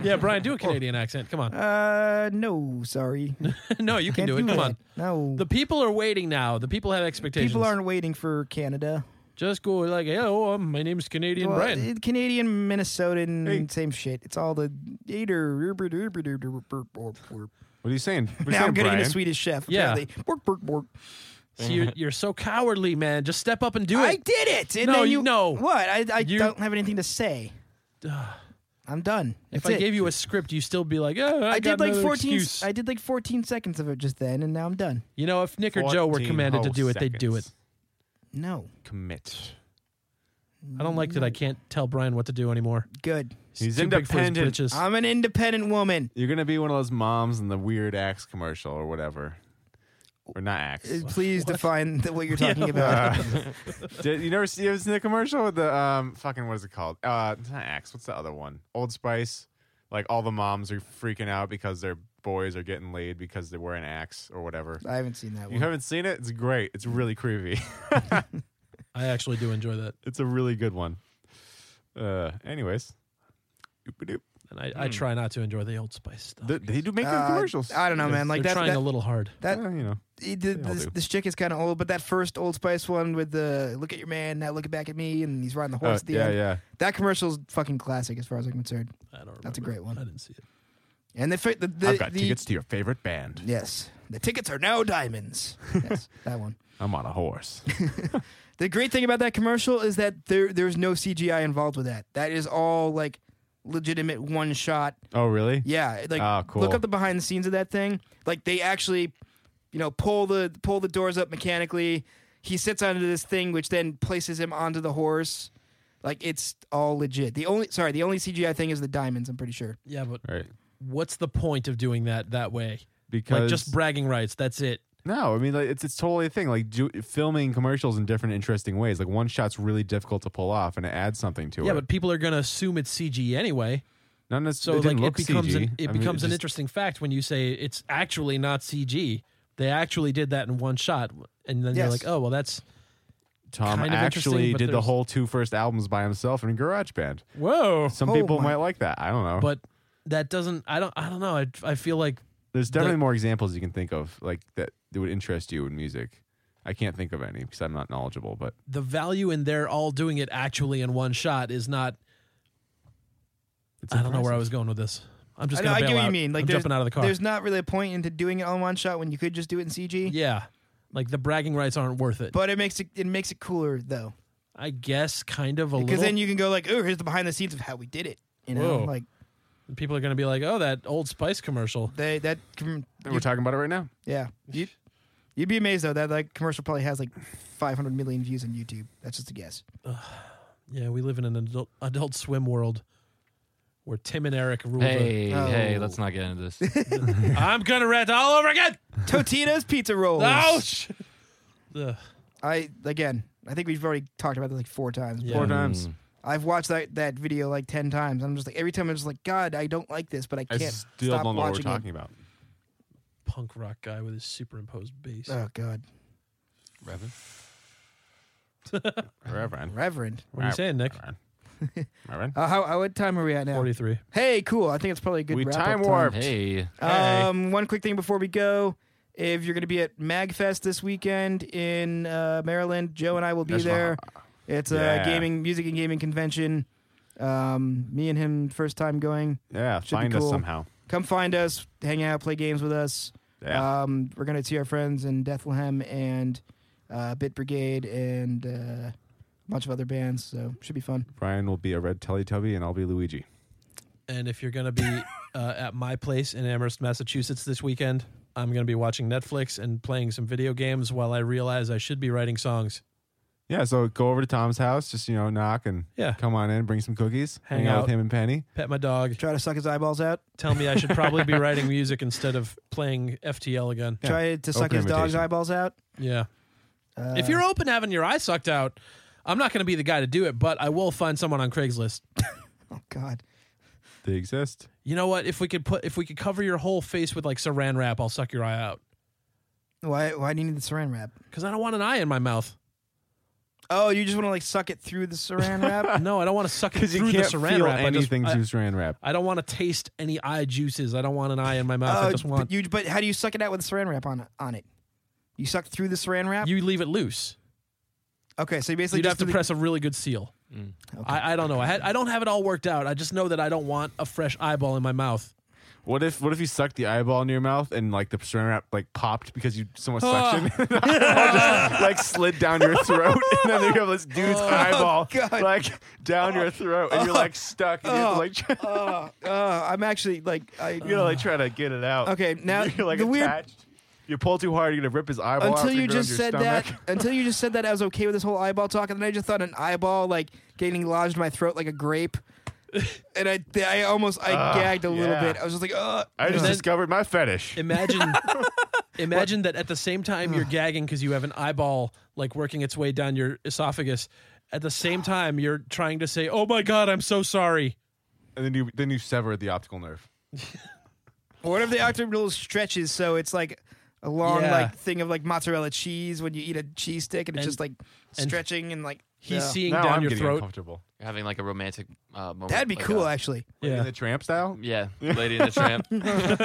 [SPEAKER 1] Yeah, Brian, (laughs) do a Canadian accent. Come on.
[SPEAKER 4] Uh, no, sorry.
[SPEAKER 1] (laughs) no, you can
[SPEAKER 4] Can't
[SPEAKER 1] do it. Come
[SPEAKER 4] that.
[SPEAKER 1] on.
[SPEAKER 4] No.
[SPEAKER 1] The people are waiting now. The people have expectations.
[SPEAKER 4] people aren't waiting for Canada.
[SPEAKER 1] just go like, "Hello, um, my name's Canadian
[SPEAKER 4] Well,
[SPEAKER 1] Brian."
[SPEAKER 4] uh, Canadian, Minnesotan,
[SPEAKER 2] Hey.
[SPEAKER 4] same shit. It's all the Now
[SPEAKER 2] What are you saying? What are you saying,
[SPEAKER 4] I'm getting
[SPEAKER 2] Brian?
[SPEAKER 4] a Swedish chef.
[SPEAKER 1] Yeah.
[SPEAKER 4] apparently. Bork, bork, bork.
[SPEAKER 1] So you're, you're so cowardly, man. Just step up and do
[SPEAKER 4] I
[SPEAKER 1] it.
[SPEAKER 4] did it. And
[SPEAKER 1] No,
[SPEAKER 4] then
[SPEAKER 1] you-
[SPEAKER 4] you
[SPEAKER 1] no.
[SPEAKER 4] What? I, I
[SPEAKER 1] You-
[SPEAKER 4] don't have anything
[SPEAKER 1] (sighs)
[SPEAKER 4] to say. I'm done.
[SPEAKER 1] if
[SPEAKER 4] That's
[SPEAKER 1] I
[SPEAKER 4] it.
[SPEAKER 1] gave you a script, you still be like, "Oh, I,
[SPEAKER 4] I
[SPEAKER 1] got
[SPEAKER 4] did like
[SPEAKER 1] another
[SPEAKER 4] 14.
[SPEAKER 1] excuse."
[SPEAKER 4] I did like 14 seconds of it just then, and now I'm done.
[SPEAKER 1] you know, if Nick or Joe were
[SPEAKER 2] 14
[SPEAKER 1] commanded to
[SPEAKER 2] whole
[SPEAKER 1] do it, they'd do it.
[SPEAKER 2] seconds.
[SPEAKER 4] No,
[SPEAKER 2] Commit.
[SPEAKER 1] I don't like that I can't tell Brian what to do anymore.
[SPEAKER 4] good.
[SPEAKER 2] He's
[SPEAKER 1] Too big for his
[SPEAKER 2] independent.
[SPEAKER 1] britches.
[SPEAKER 4] I'm an independent woman.
[SPEAKER 2] You're gonna be one of those moms in the weird axe commercial or whatever, or not
[SPEAKER 4] Uh,
[SPEAKER 2] axe.
[SPEAKER 4] Please define (laughs) the, what
[SPEAKER 1] (laughs)
[SPEAKER 4] you're talking about.
[SPEAKER 2] Did, you never see it was in the commercial with the um fucking what is it called? Uh, it's not Axe. What's the other one? Old Spice. Like all the moms are freaking out because their boys are getting laid because they wear an axe or whatever.
[SPEAKER 4] I haven't seen that
[SPEAKER 2] You
[SPEAKER 4] one.
[SPEAKER 2] haven't seen it? It's great. It's really creepy. (laughs)
[SPEAKER 1] I actually do enjoy that,
[SPEAKER 2] it's a really good one. Uh, anyways, Oop-a-doop.
[SPEAKER 1] and I,
[SPEAKER 2] Hmm.
[SPEAKER 1] I try not to enjoy the Old Spice stuff.
[SPEAKER 2] Th- they do make good
[SPEAKER 4] Uh,
[SPEAKER 2] commercials.
[SPEAKER 4] I don't know, man. Like
[SPEAKER 1] They're
[SPEAKER 4] that.
[SPEAKER 1] trying a
[SPEAKER 4] that,
[SPEAKER 1] little hard.
[SPEAKER 4] that-
[SPEAKER 2] Well, you know,
[SPEAKER 4] he did-
[SPEAKER 2] They all
[SPEAKER 4] this,
[SPEAKER 2] do.
[SPEAKER 4] this chick is kind of old, but that first Old Spice one with the "Look at your man, now look back at me," and he's riding the
[SPEAKER 2] Uh,
[SPEAKER 4] horse at the
[SPEAKER 2] yeah,
[SPEAKER 4] end.
[SPEAKER 2] yeah.
[SPEAKER 4] That commercial's fucking classic, as far as I'm concerned.
[SPEAKER 1] I don't remember.
[SPEAKER 4] That's a great one.
[SPEAKER 1] I didn't see it.
[SPEAKER 4] And the fi- the, the,
[SPEAKER 2] I've got
[SPEAKER 4] the-
[SPEAKER 2] tickets to your favorite band.
[SPEAKER 4] Yes, the tickets are
[SPEAKER 2] (laughs)
[SPEAKER 4] now diamonds. yes, that one.
[SPEAKER 2] I'm on a
[SPEAKER 4] (laughs)
[SPEAKER 2] horse.
[SPEAKER 4] The great thing about that commercial is that there there's no CGI involved with that. That is all like legitimate one shot.
[SPEAKER 2] oh, really?
[SPEAKER 4] Yeah, like
[SPEAKER 2] Oh, cool.
[SPEAKER 4] look up the behind the scenes of that thing. Like they actually, you know, pull the pull the doors up mechanically. He sits onto this thing, which then places him onto the horse. Like it's all legit. The only sorry, the only CGI thing is the diamonds. I'm pretty sure.
[SPEAKER 1] Yeah, but
[SPEAKER 2] Right.
[SPEAKER 1] what's the point of doing that that way?
[SPEAKER 2] Because
[SPEAKER 1] Like just bragging rights. That's it.
[SPEAKER 2] No, I mean like, it's it's totally a thing. Like do, filming commercials in different interesting ways. Like one shot's really difficult to pull off, and it adds something to
[SPEAKER 1] Yeah,
[SPEAKER 2] it.
[SPEAKER 1] but people are gonna assume it's CG anyway.
[SPEAKER 2] not necessarily.
[SPEAKER 1] So
[SPEAKER 2] didn't
[SPEAKER 1] like it
[SPEAKER 2] look
[SPEAKER 1] becomes an,
[SPEAKER 2] CG.
[SPEAKER 1] it
[SPEAKER 2] I mean,
[SPEAKER 1] becomes an
[SPEAKER 2] just-
[SPEAKER 1] interesting fact when you say it's actually not CG. They actually did that in one shot, and then you're
[SPEAKER 4] Yes.
[SPEAKER 1] like, oh well,
[SPEAKER 2] (laughs)
[SPEAKER 1] that's
[SPEAKER 2] Tom
[SPEAKER 1] kind of
[SPEAKER 2] actually
[SPEAKER 1] interesting, but
[SPEAKER 2] did the
[SPEAKER 1] there's-
[SPEAKER 2] whole two first albums by himself in GarageBand.
[SPEAKER 1] whoa.
[SPEAKER 2] Some
[SPEAKER 4] Oh
[SPEAKER 2] people
[SPEAKER 4] my-
[SPEAKER 2] might like that. I don't know.
[SPEAKER 1] But that doesn't. I don't. I don't know. I, I feel like
[SPEAKER 2] there's definitely more examples you can think of like that that would interest you in music. I can't think of any because I'm not knowledgeable. But
[SPEAKER 1] the value in their all doing it actually in one shot is not.
[SPEAKER 2] it's
[SPEAKER 1] I don't know where I
[SPEAKER 2] impressive.
[SPEAKER 1] was going with this. I'm just
[SPEAKER 4] I, know,
[SPEAKER 1] gonna
[SPEAKER 4] I
[SPEAKER 1] bail
[SPEAKER 4] get what
[SPEAKER 1] out.
[SPEAKER 4] you mean. Like
[SPEAKER 1] I'm
[SPEAKER 4] there's-
[SPEAKER 1] jumping out of the car.
[SPEAKER 4] There's not really a point into doing it on one shot when you could just do it in CG.
[SPEAKER 1] Yeah, like the bragging rights aren't worth it.
[SPEAKER 4] But it makes it it makes it cooler though,
[SPEAKER 1] I guess kind of a little.
[SPEAKER 4] because then you can go like, oh, here's the behind the scenes of how we did it. You know,
[SPEAKER 1] Whoa.
[SPEAKER 4] like
[SPEAKER 1] people are gonna be like, oh, that Old Spice commercial.
[SPEAKER 4] they that com-
[SPEAKER 2] We're talking about it right now.
[SPEAKER 4] yeah. You, you'd be amazed though that like commercial probably has like 500 million views on YouTube. That's just a guess.
[SPEAKER 2] (laughs)
[SPEAKER 1] Yeah, we live in an adult, adult swim world where Tim and Eric rule. the-
[SPEAKER 3] Hey, hey,
[SPEAKER 4] Oh.
[SPEAKER 3] let's not get into
[SPEAKER 1] (laughs)
[SPEAKER 3] this.
[SPEAKER 1] I'm gonna rant all over again.
[SPEAKER 4] Totino's pizza
[SPEAKER 1] (laughs)
[SPEAKER 4] rolls.
[SPEAKER 1] Ouch. Ugh.
[SPEAKER 4] I again, I think we've already talked about this like four times.
[SPEAKER 1] Yeah.
[SPEAKER 2] Four
[SPEAKER 1] Mm.
[SPEAKER 2] times.
[SPEAKER 4] I've watched that that video like 10 times. I'm just like every time I'm just like, God, I don't like this, but I
[SPEAKER 2] I
[SPEAKER 4] can't
[SPEAKER 2] still
[SPEAKER 4] stop
[SPEAKER 2] don't know what we're
[SPEAKER 4] watching
[SPEAKER 2] talking
[SPEAKER 4] it.
[SPEAKER 2] about.
[SPEAKER 1] Punk rock guy with his superimposed bass.
[SPEAKER 4] Oh God,
[SPEAKER 3] Reverend.
[SPEAKER 1] (laughs)
[SPEAKER 2] Reverend.
[SPEAKER 4] Reverend.
[SPEAKER 1] what are you saying, Nick?
[SPEAKER 2] Reverend. Reverend.
[SPEAKER 4] Uh, how, how what time are we at now?
[SPEAKER 1] Forty-three.
[SPEAKER 4] Hey, cool. I think it's probably a good
[SPEAKER 2] We
[SPEAKER 4] wrap-up
[SPEAKER 2] time warped.
[SPEAKER 3] Hey,
[SPEAKER 4] Um, one quick thing before we go. If you're going to be at MagFest this weekend in uh, Maryland, Joe and I will be
[SPEAKER 2] That's
[SPEAKER 4] there. It's
[SPEAKER 2] uh, Yeah.
[SPEAKER 4] a gaming, music and gaming convention. Um, me and him, first time going.
[SPEAKER 2] Yeah,
[SPEAKER 4] Should be
[SPEAKER 2] find us
[SPEAKER 4] cool.
[SPEAKER 2] somehow.
[SPEAKER 4] Come find us, hang out, play games with us.
[SPEAKER 2] Yeah.
[SPEAKER 4] Um, we're going to see our friends in Bethlehem and uh, Bit Brigade and uh, a bunch of other bands. So should be fun.
[SPEAKER 2] Brian will be a red Teletubby, and I'll be Luigi.
[SPEAKER 1] And if you're gonna be uh, at my place in Amherst, Massachusetts this weekend, I'm gonna be watching Netflix and playing some video games while I realize I should be writing songs.
[SPEAKER 2] Yeah, so go over to Tom's house, just you know, knock and
[SPEAKER 1] Yeah.
[SPEAKER 2] come on in, bring some cookies, hang,
[SPEAKER 1] Hang
[SPEAKER 2] out.
[SPEAKER 1] out.
[SPEAKER 2] with him and Penny.
[SPEAKER 1] Pet my dog.
[SPEAKER 4] Try to suck his eyeballs out.
[SPEAKER 1] Tell me I should probably be writing music instead of playing FTL again.
[SPEAKER 2] Yeah.
[SPEAKER 4] Try to suck
[SPEAKER 2] Open
[SPEAKER 4] his dog's
[SPEAKER 2] invitation.
[SPEAKER 4] eyeballs out.
[SPEAKER 1] Yeah.
[SPEAKER 4] Uh,
[SPEAKER 1] if you're open to having your eye sucked out, I'm not going to be the guy to do it, but I will find someone on Craigslist.
[SPEAKER 4] oh God,
[SPEAKER 2] They (laughs) exist.
[SPEAKER 1] You know what? If we could put, if we could cover your whole face with like Saran wrap, I'll suck your eye out
[SPEAKER 4] why why do you need the Saran wrap?
[SPEAKER 1] because I don't want an eye in my mouth.
[SPEAKER 4] Oh, you just want to like suck it through the
[SPEAKER 2] (laughs)
[SPEAKER 4] Saran wrap?
[SPEAKER 1] No, I don't want to suck it
[SPEAKER 2] Because
[SPEAKER 1] through
[SPEAKER 2] you
[SPEAKER 1] the
[SPEAKER 2] can't
[SPEAKER 1] Saran
[SPEAKER 2] feel
[SPEAKER 1] wrap. I just-
[SPEAKER 2] anything
[SPEAKER 1] I,
[SPEAKER 2] through Saran wrap.
[SPEAKER 1] I don't want to taste any eye juices. I don't want an eye in my mouth. I
[SPEAKER 4] Oh,
[SPEAKER 1] just want
[SPEAKER 4] but you. But how do you suck it out with Saran wrap on on it? You suck through the Saran wrap.
[SPEAKER 1] you leave it loose.
[SPEAKER 4] okay, so you basically
[SPEAKER 1] You'd
[SPEAKER 4] just
[SPEAKER 1] have to
[SPEAKER 4] do the-
[SPEAKER 1] press a really good seal.
[SPEAKER 4] Okay.
[SPEAKER 1] I, I don't know. I, had, I don't have it all worked out. I just know that I don't want a fresh eyeball in my mouth.
[SPEAKER 2] What if what if you sucked the eyeball into your mouth and like the Saran wrap like popped because you so much suction, (laughs) just like slid down your throat, (laughs) and then you have this dude's eyeball
[SPEAKER 4] God.
[SPEAKER 2] like down your throat, and you're like stuck, and you have to like try,
[SPEAKER 4] (laughs) Oh, oh, I'm actually like I.
[SPEAKER 2] you know like try to get it out. (laughs)
[SPEAKER 4] Okay, now
[SPEAKER 2] you're like
[SPEAKER 4] the weird-
[SPEAKER 2] attached. You pull too hard, you're gonna rip his eyeball out
[SPEAKER 4] until
[SPEAKER 2] through
[SPEAKER 4] you
[SPEAKER 2] your-
[SPEAKER 4] just
[SPEAKER 2] your
[SPEAKER 4] said
[SPEAKER 2] stomach. (laughs)
[SPEAKER 4] that until you just said that I was okay with this whole eyeball talk and then I just thought an eyeball like getting lodged in my throat like
[SPEAKER 2] (laughs)
[SPEAKER 4] a grape and I I almost I gagged a little
[SPEAKER 2] Ah, yeah.
[SPEAKER 4] bit I was just like ugh
[SPEAKER 2] (laughs) I just
[SPEAKER 1] then-
[SPEAKER 2] discovered my fetish. (laughs)
[SPEAKER 1] Imagine, imagine that at the same time you're gagging because you have an eyeball like working its way down your esophagus. At the
[SPEAKER 2] (gasps)
[SPEAKER 1] same time, you're trying to say, "Oh my god, I'm so sorry."
[SPEAKER 2] and then you then you sever the optical nerve.
[SPEAKER 4] or what if the octagonal stretches so it's like a long
[SPEAKER 1] Yeah.
[SPEAKER 4] like thing of like mozzarella cheese when you eat a cheese stick and, it's
[SPEAKER 1] And-
[SPEAKER 4] just like
[SPEAKER 1] and
[SPEAKER 4] stretching and like
[SPEAKER 1] He's
[SPEAKER 4] yeah.
[SPEAKER 1] seeing
[SPEAKER 2] Now
[SPEAKER 1] down
[SPEAKER 2] I'm
[SPEAKER 1] your
[SPEAKER 2] getting
[SPEAKER 1] throat.
[SPEAKER 2] uncomfortable.
[SPEAKER 3] You're having like a romantic uh, moment.
[SPEAKER 4] that'd be
[SPEAKER 3] like
[SPEAKER 4] cool
[SPEAKER 3] a-
[SPEAKER 4] actually
[SPEAKER 2] Like In
[SPEAKER 1] Yeah, Mm.
[SPEAKER 2] the tramp style,
[SPEAKER 3] yeah, Lady and the Tramp.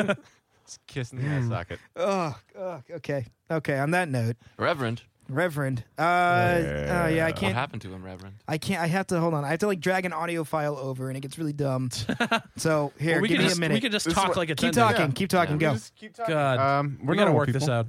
[SPEAKER 2] just kissing the eye socket.
[SPEAKER 4] ugh, ugh okay okay on that note
[SPEAKER 3] Reverend,
[SPEAKER 4] Reverend uh yeah, yeah I
[SPEAKER 3] what
[SPEAKER 4] can't
[SPEAKER 3] happened to him, Reverend?
[SPEAKER 4] I can't. I have to hold on. I have to like drag an audio file over, and it gets
[SPEAKER 1] (laughs)
[SPEAKER 4] really dumb. so here,
[SPEAKER 1] Well, we
[SPEAKER 4] give
[SPEAKER 1] could
[SPEAKER 4] me
[SPEAKER 1] just
[SPEAKER 4] a minute.
[SPEAKER 1] we could just
[SPEAKER 2] This is
[SPEAKER 1] talk
[SPEAKER 2] what-
[SPEAKER 1] like it's
[SPEAKER 4] keep
[SPEAKER 1] ending.
[SPEAKER 4] talking.
[SPEAKER 2] Yeah.
[SPEAKER 4] Keep talking.
[SPEAKER 2] We
[SPEAKER 4] Go.
[SPEAKER 2] just keep talking.
[SPEAKER 1] God,
[SPEAKER 2] um, we're
[SPEAKER 1] we gotta
[SPEAKER 2] normal
[SPEAKER 1] work this
[SPEAKER 2] people.
[SPEAKER 1] out.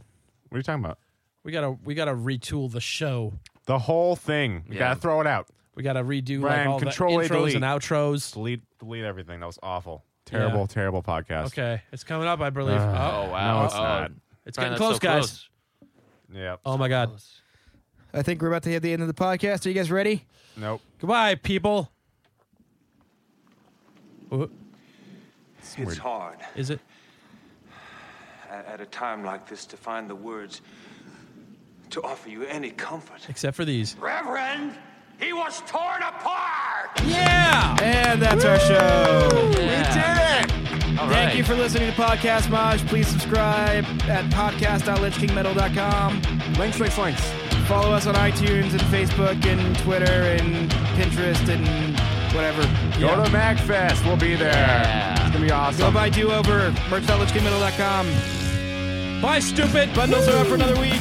[SPEAKER 2] What are you talking about?
[SPEAKER 1] We gotta we gotta retool the show.
[SPEAKER 2] The whole thing. We
[SPEAKER 3] Yeah.
[SPEAKER 2] gotta throw it out.
[SPEAKER 1] We gotta redo like
[SPEAKER 2] Ryan,
[SPEAKER 1] all the
[SPEAKER 2] control A,
[SPEAKER 1] intros and
[SPEAKER 2] delete.
[SPEAKER 1] outros.
[SPEAKER 2] Delete, delete everything. That was awful. Terrible, terrible podcast.
[SPEAKER 1] Okay, it's coming up, I believe.
[SPEAKER 2] Ah.
[SPEAKER 3] Oh
[SPEAKER 1] oh,
[SPEAKER 3] wow!
[SPEAKER 2] no, it's
[SPEAKER 3] oh,
[SPEAKER 2] not.
[SPEAKER 1] it's
[SPEAKER 3] Brian,
[SPEAKER 1] getting
[SPEAKER 3] that's
[SPEAKER 1] close,
[SPEAKER 3] so
[SPEAKER 1] guys.
[SPEAKER 3] close.
[SPEAKER 2] Yeah.
[SPEAKER 1] Oh my god!
[SPEAKER 3] Close.
[SPEAKER 4] I think we're about to hit the end of the podcast. Are you guys ready?
[SPEAKER 2] Nope.
[SPEAKER 1] Goodbye, people. Oh,
[SPEAKER 5] It's hard
[SPEAKER 1] Is it?
[SPEAKER 5] at, at a time like this to find the words to offer you any comfort.
[SPEAKER 1] Except for these.
[SPEAKER 5] Reverend, he was torn apart!
[SPEAKER 1] Yeah.
[SPEAKER 4] And that's our show.
[SPEAKER 3] Yeah. All right.
[SPEAKER 4] Thank you for listening to Podcast Maj. Please subscribe at podcast.lynchkingmetal.com.
[SPEAKER 2] Links, links, links.
[SPEAKER 4] Follow us on iTunes and Facebook and Twitter and Pinterest and whatever.
[SPEAKER 2] Go to MagFest. We'll be there.
[SPEAKER 3] Yeah.
[SPEAKER 2] It's gonna be
[SPEAKER 4] Go
[SPEAKER 2] awesome.
[SPEAKER 4] buy Do Over, merch.lynchkingmetal.com.
[SPEAKER 1] Bye, stupid.
[SPEAKER 4] Bundles are up for another week.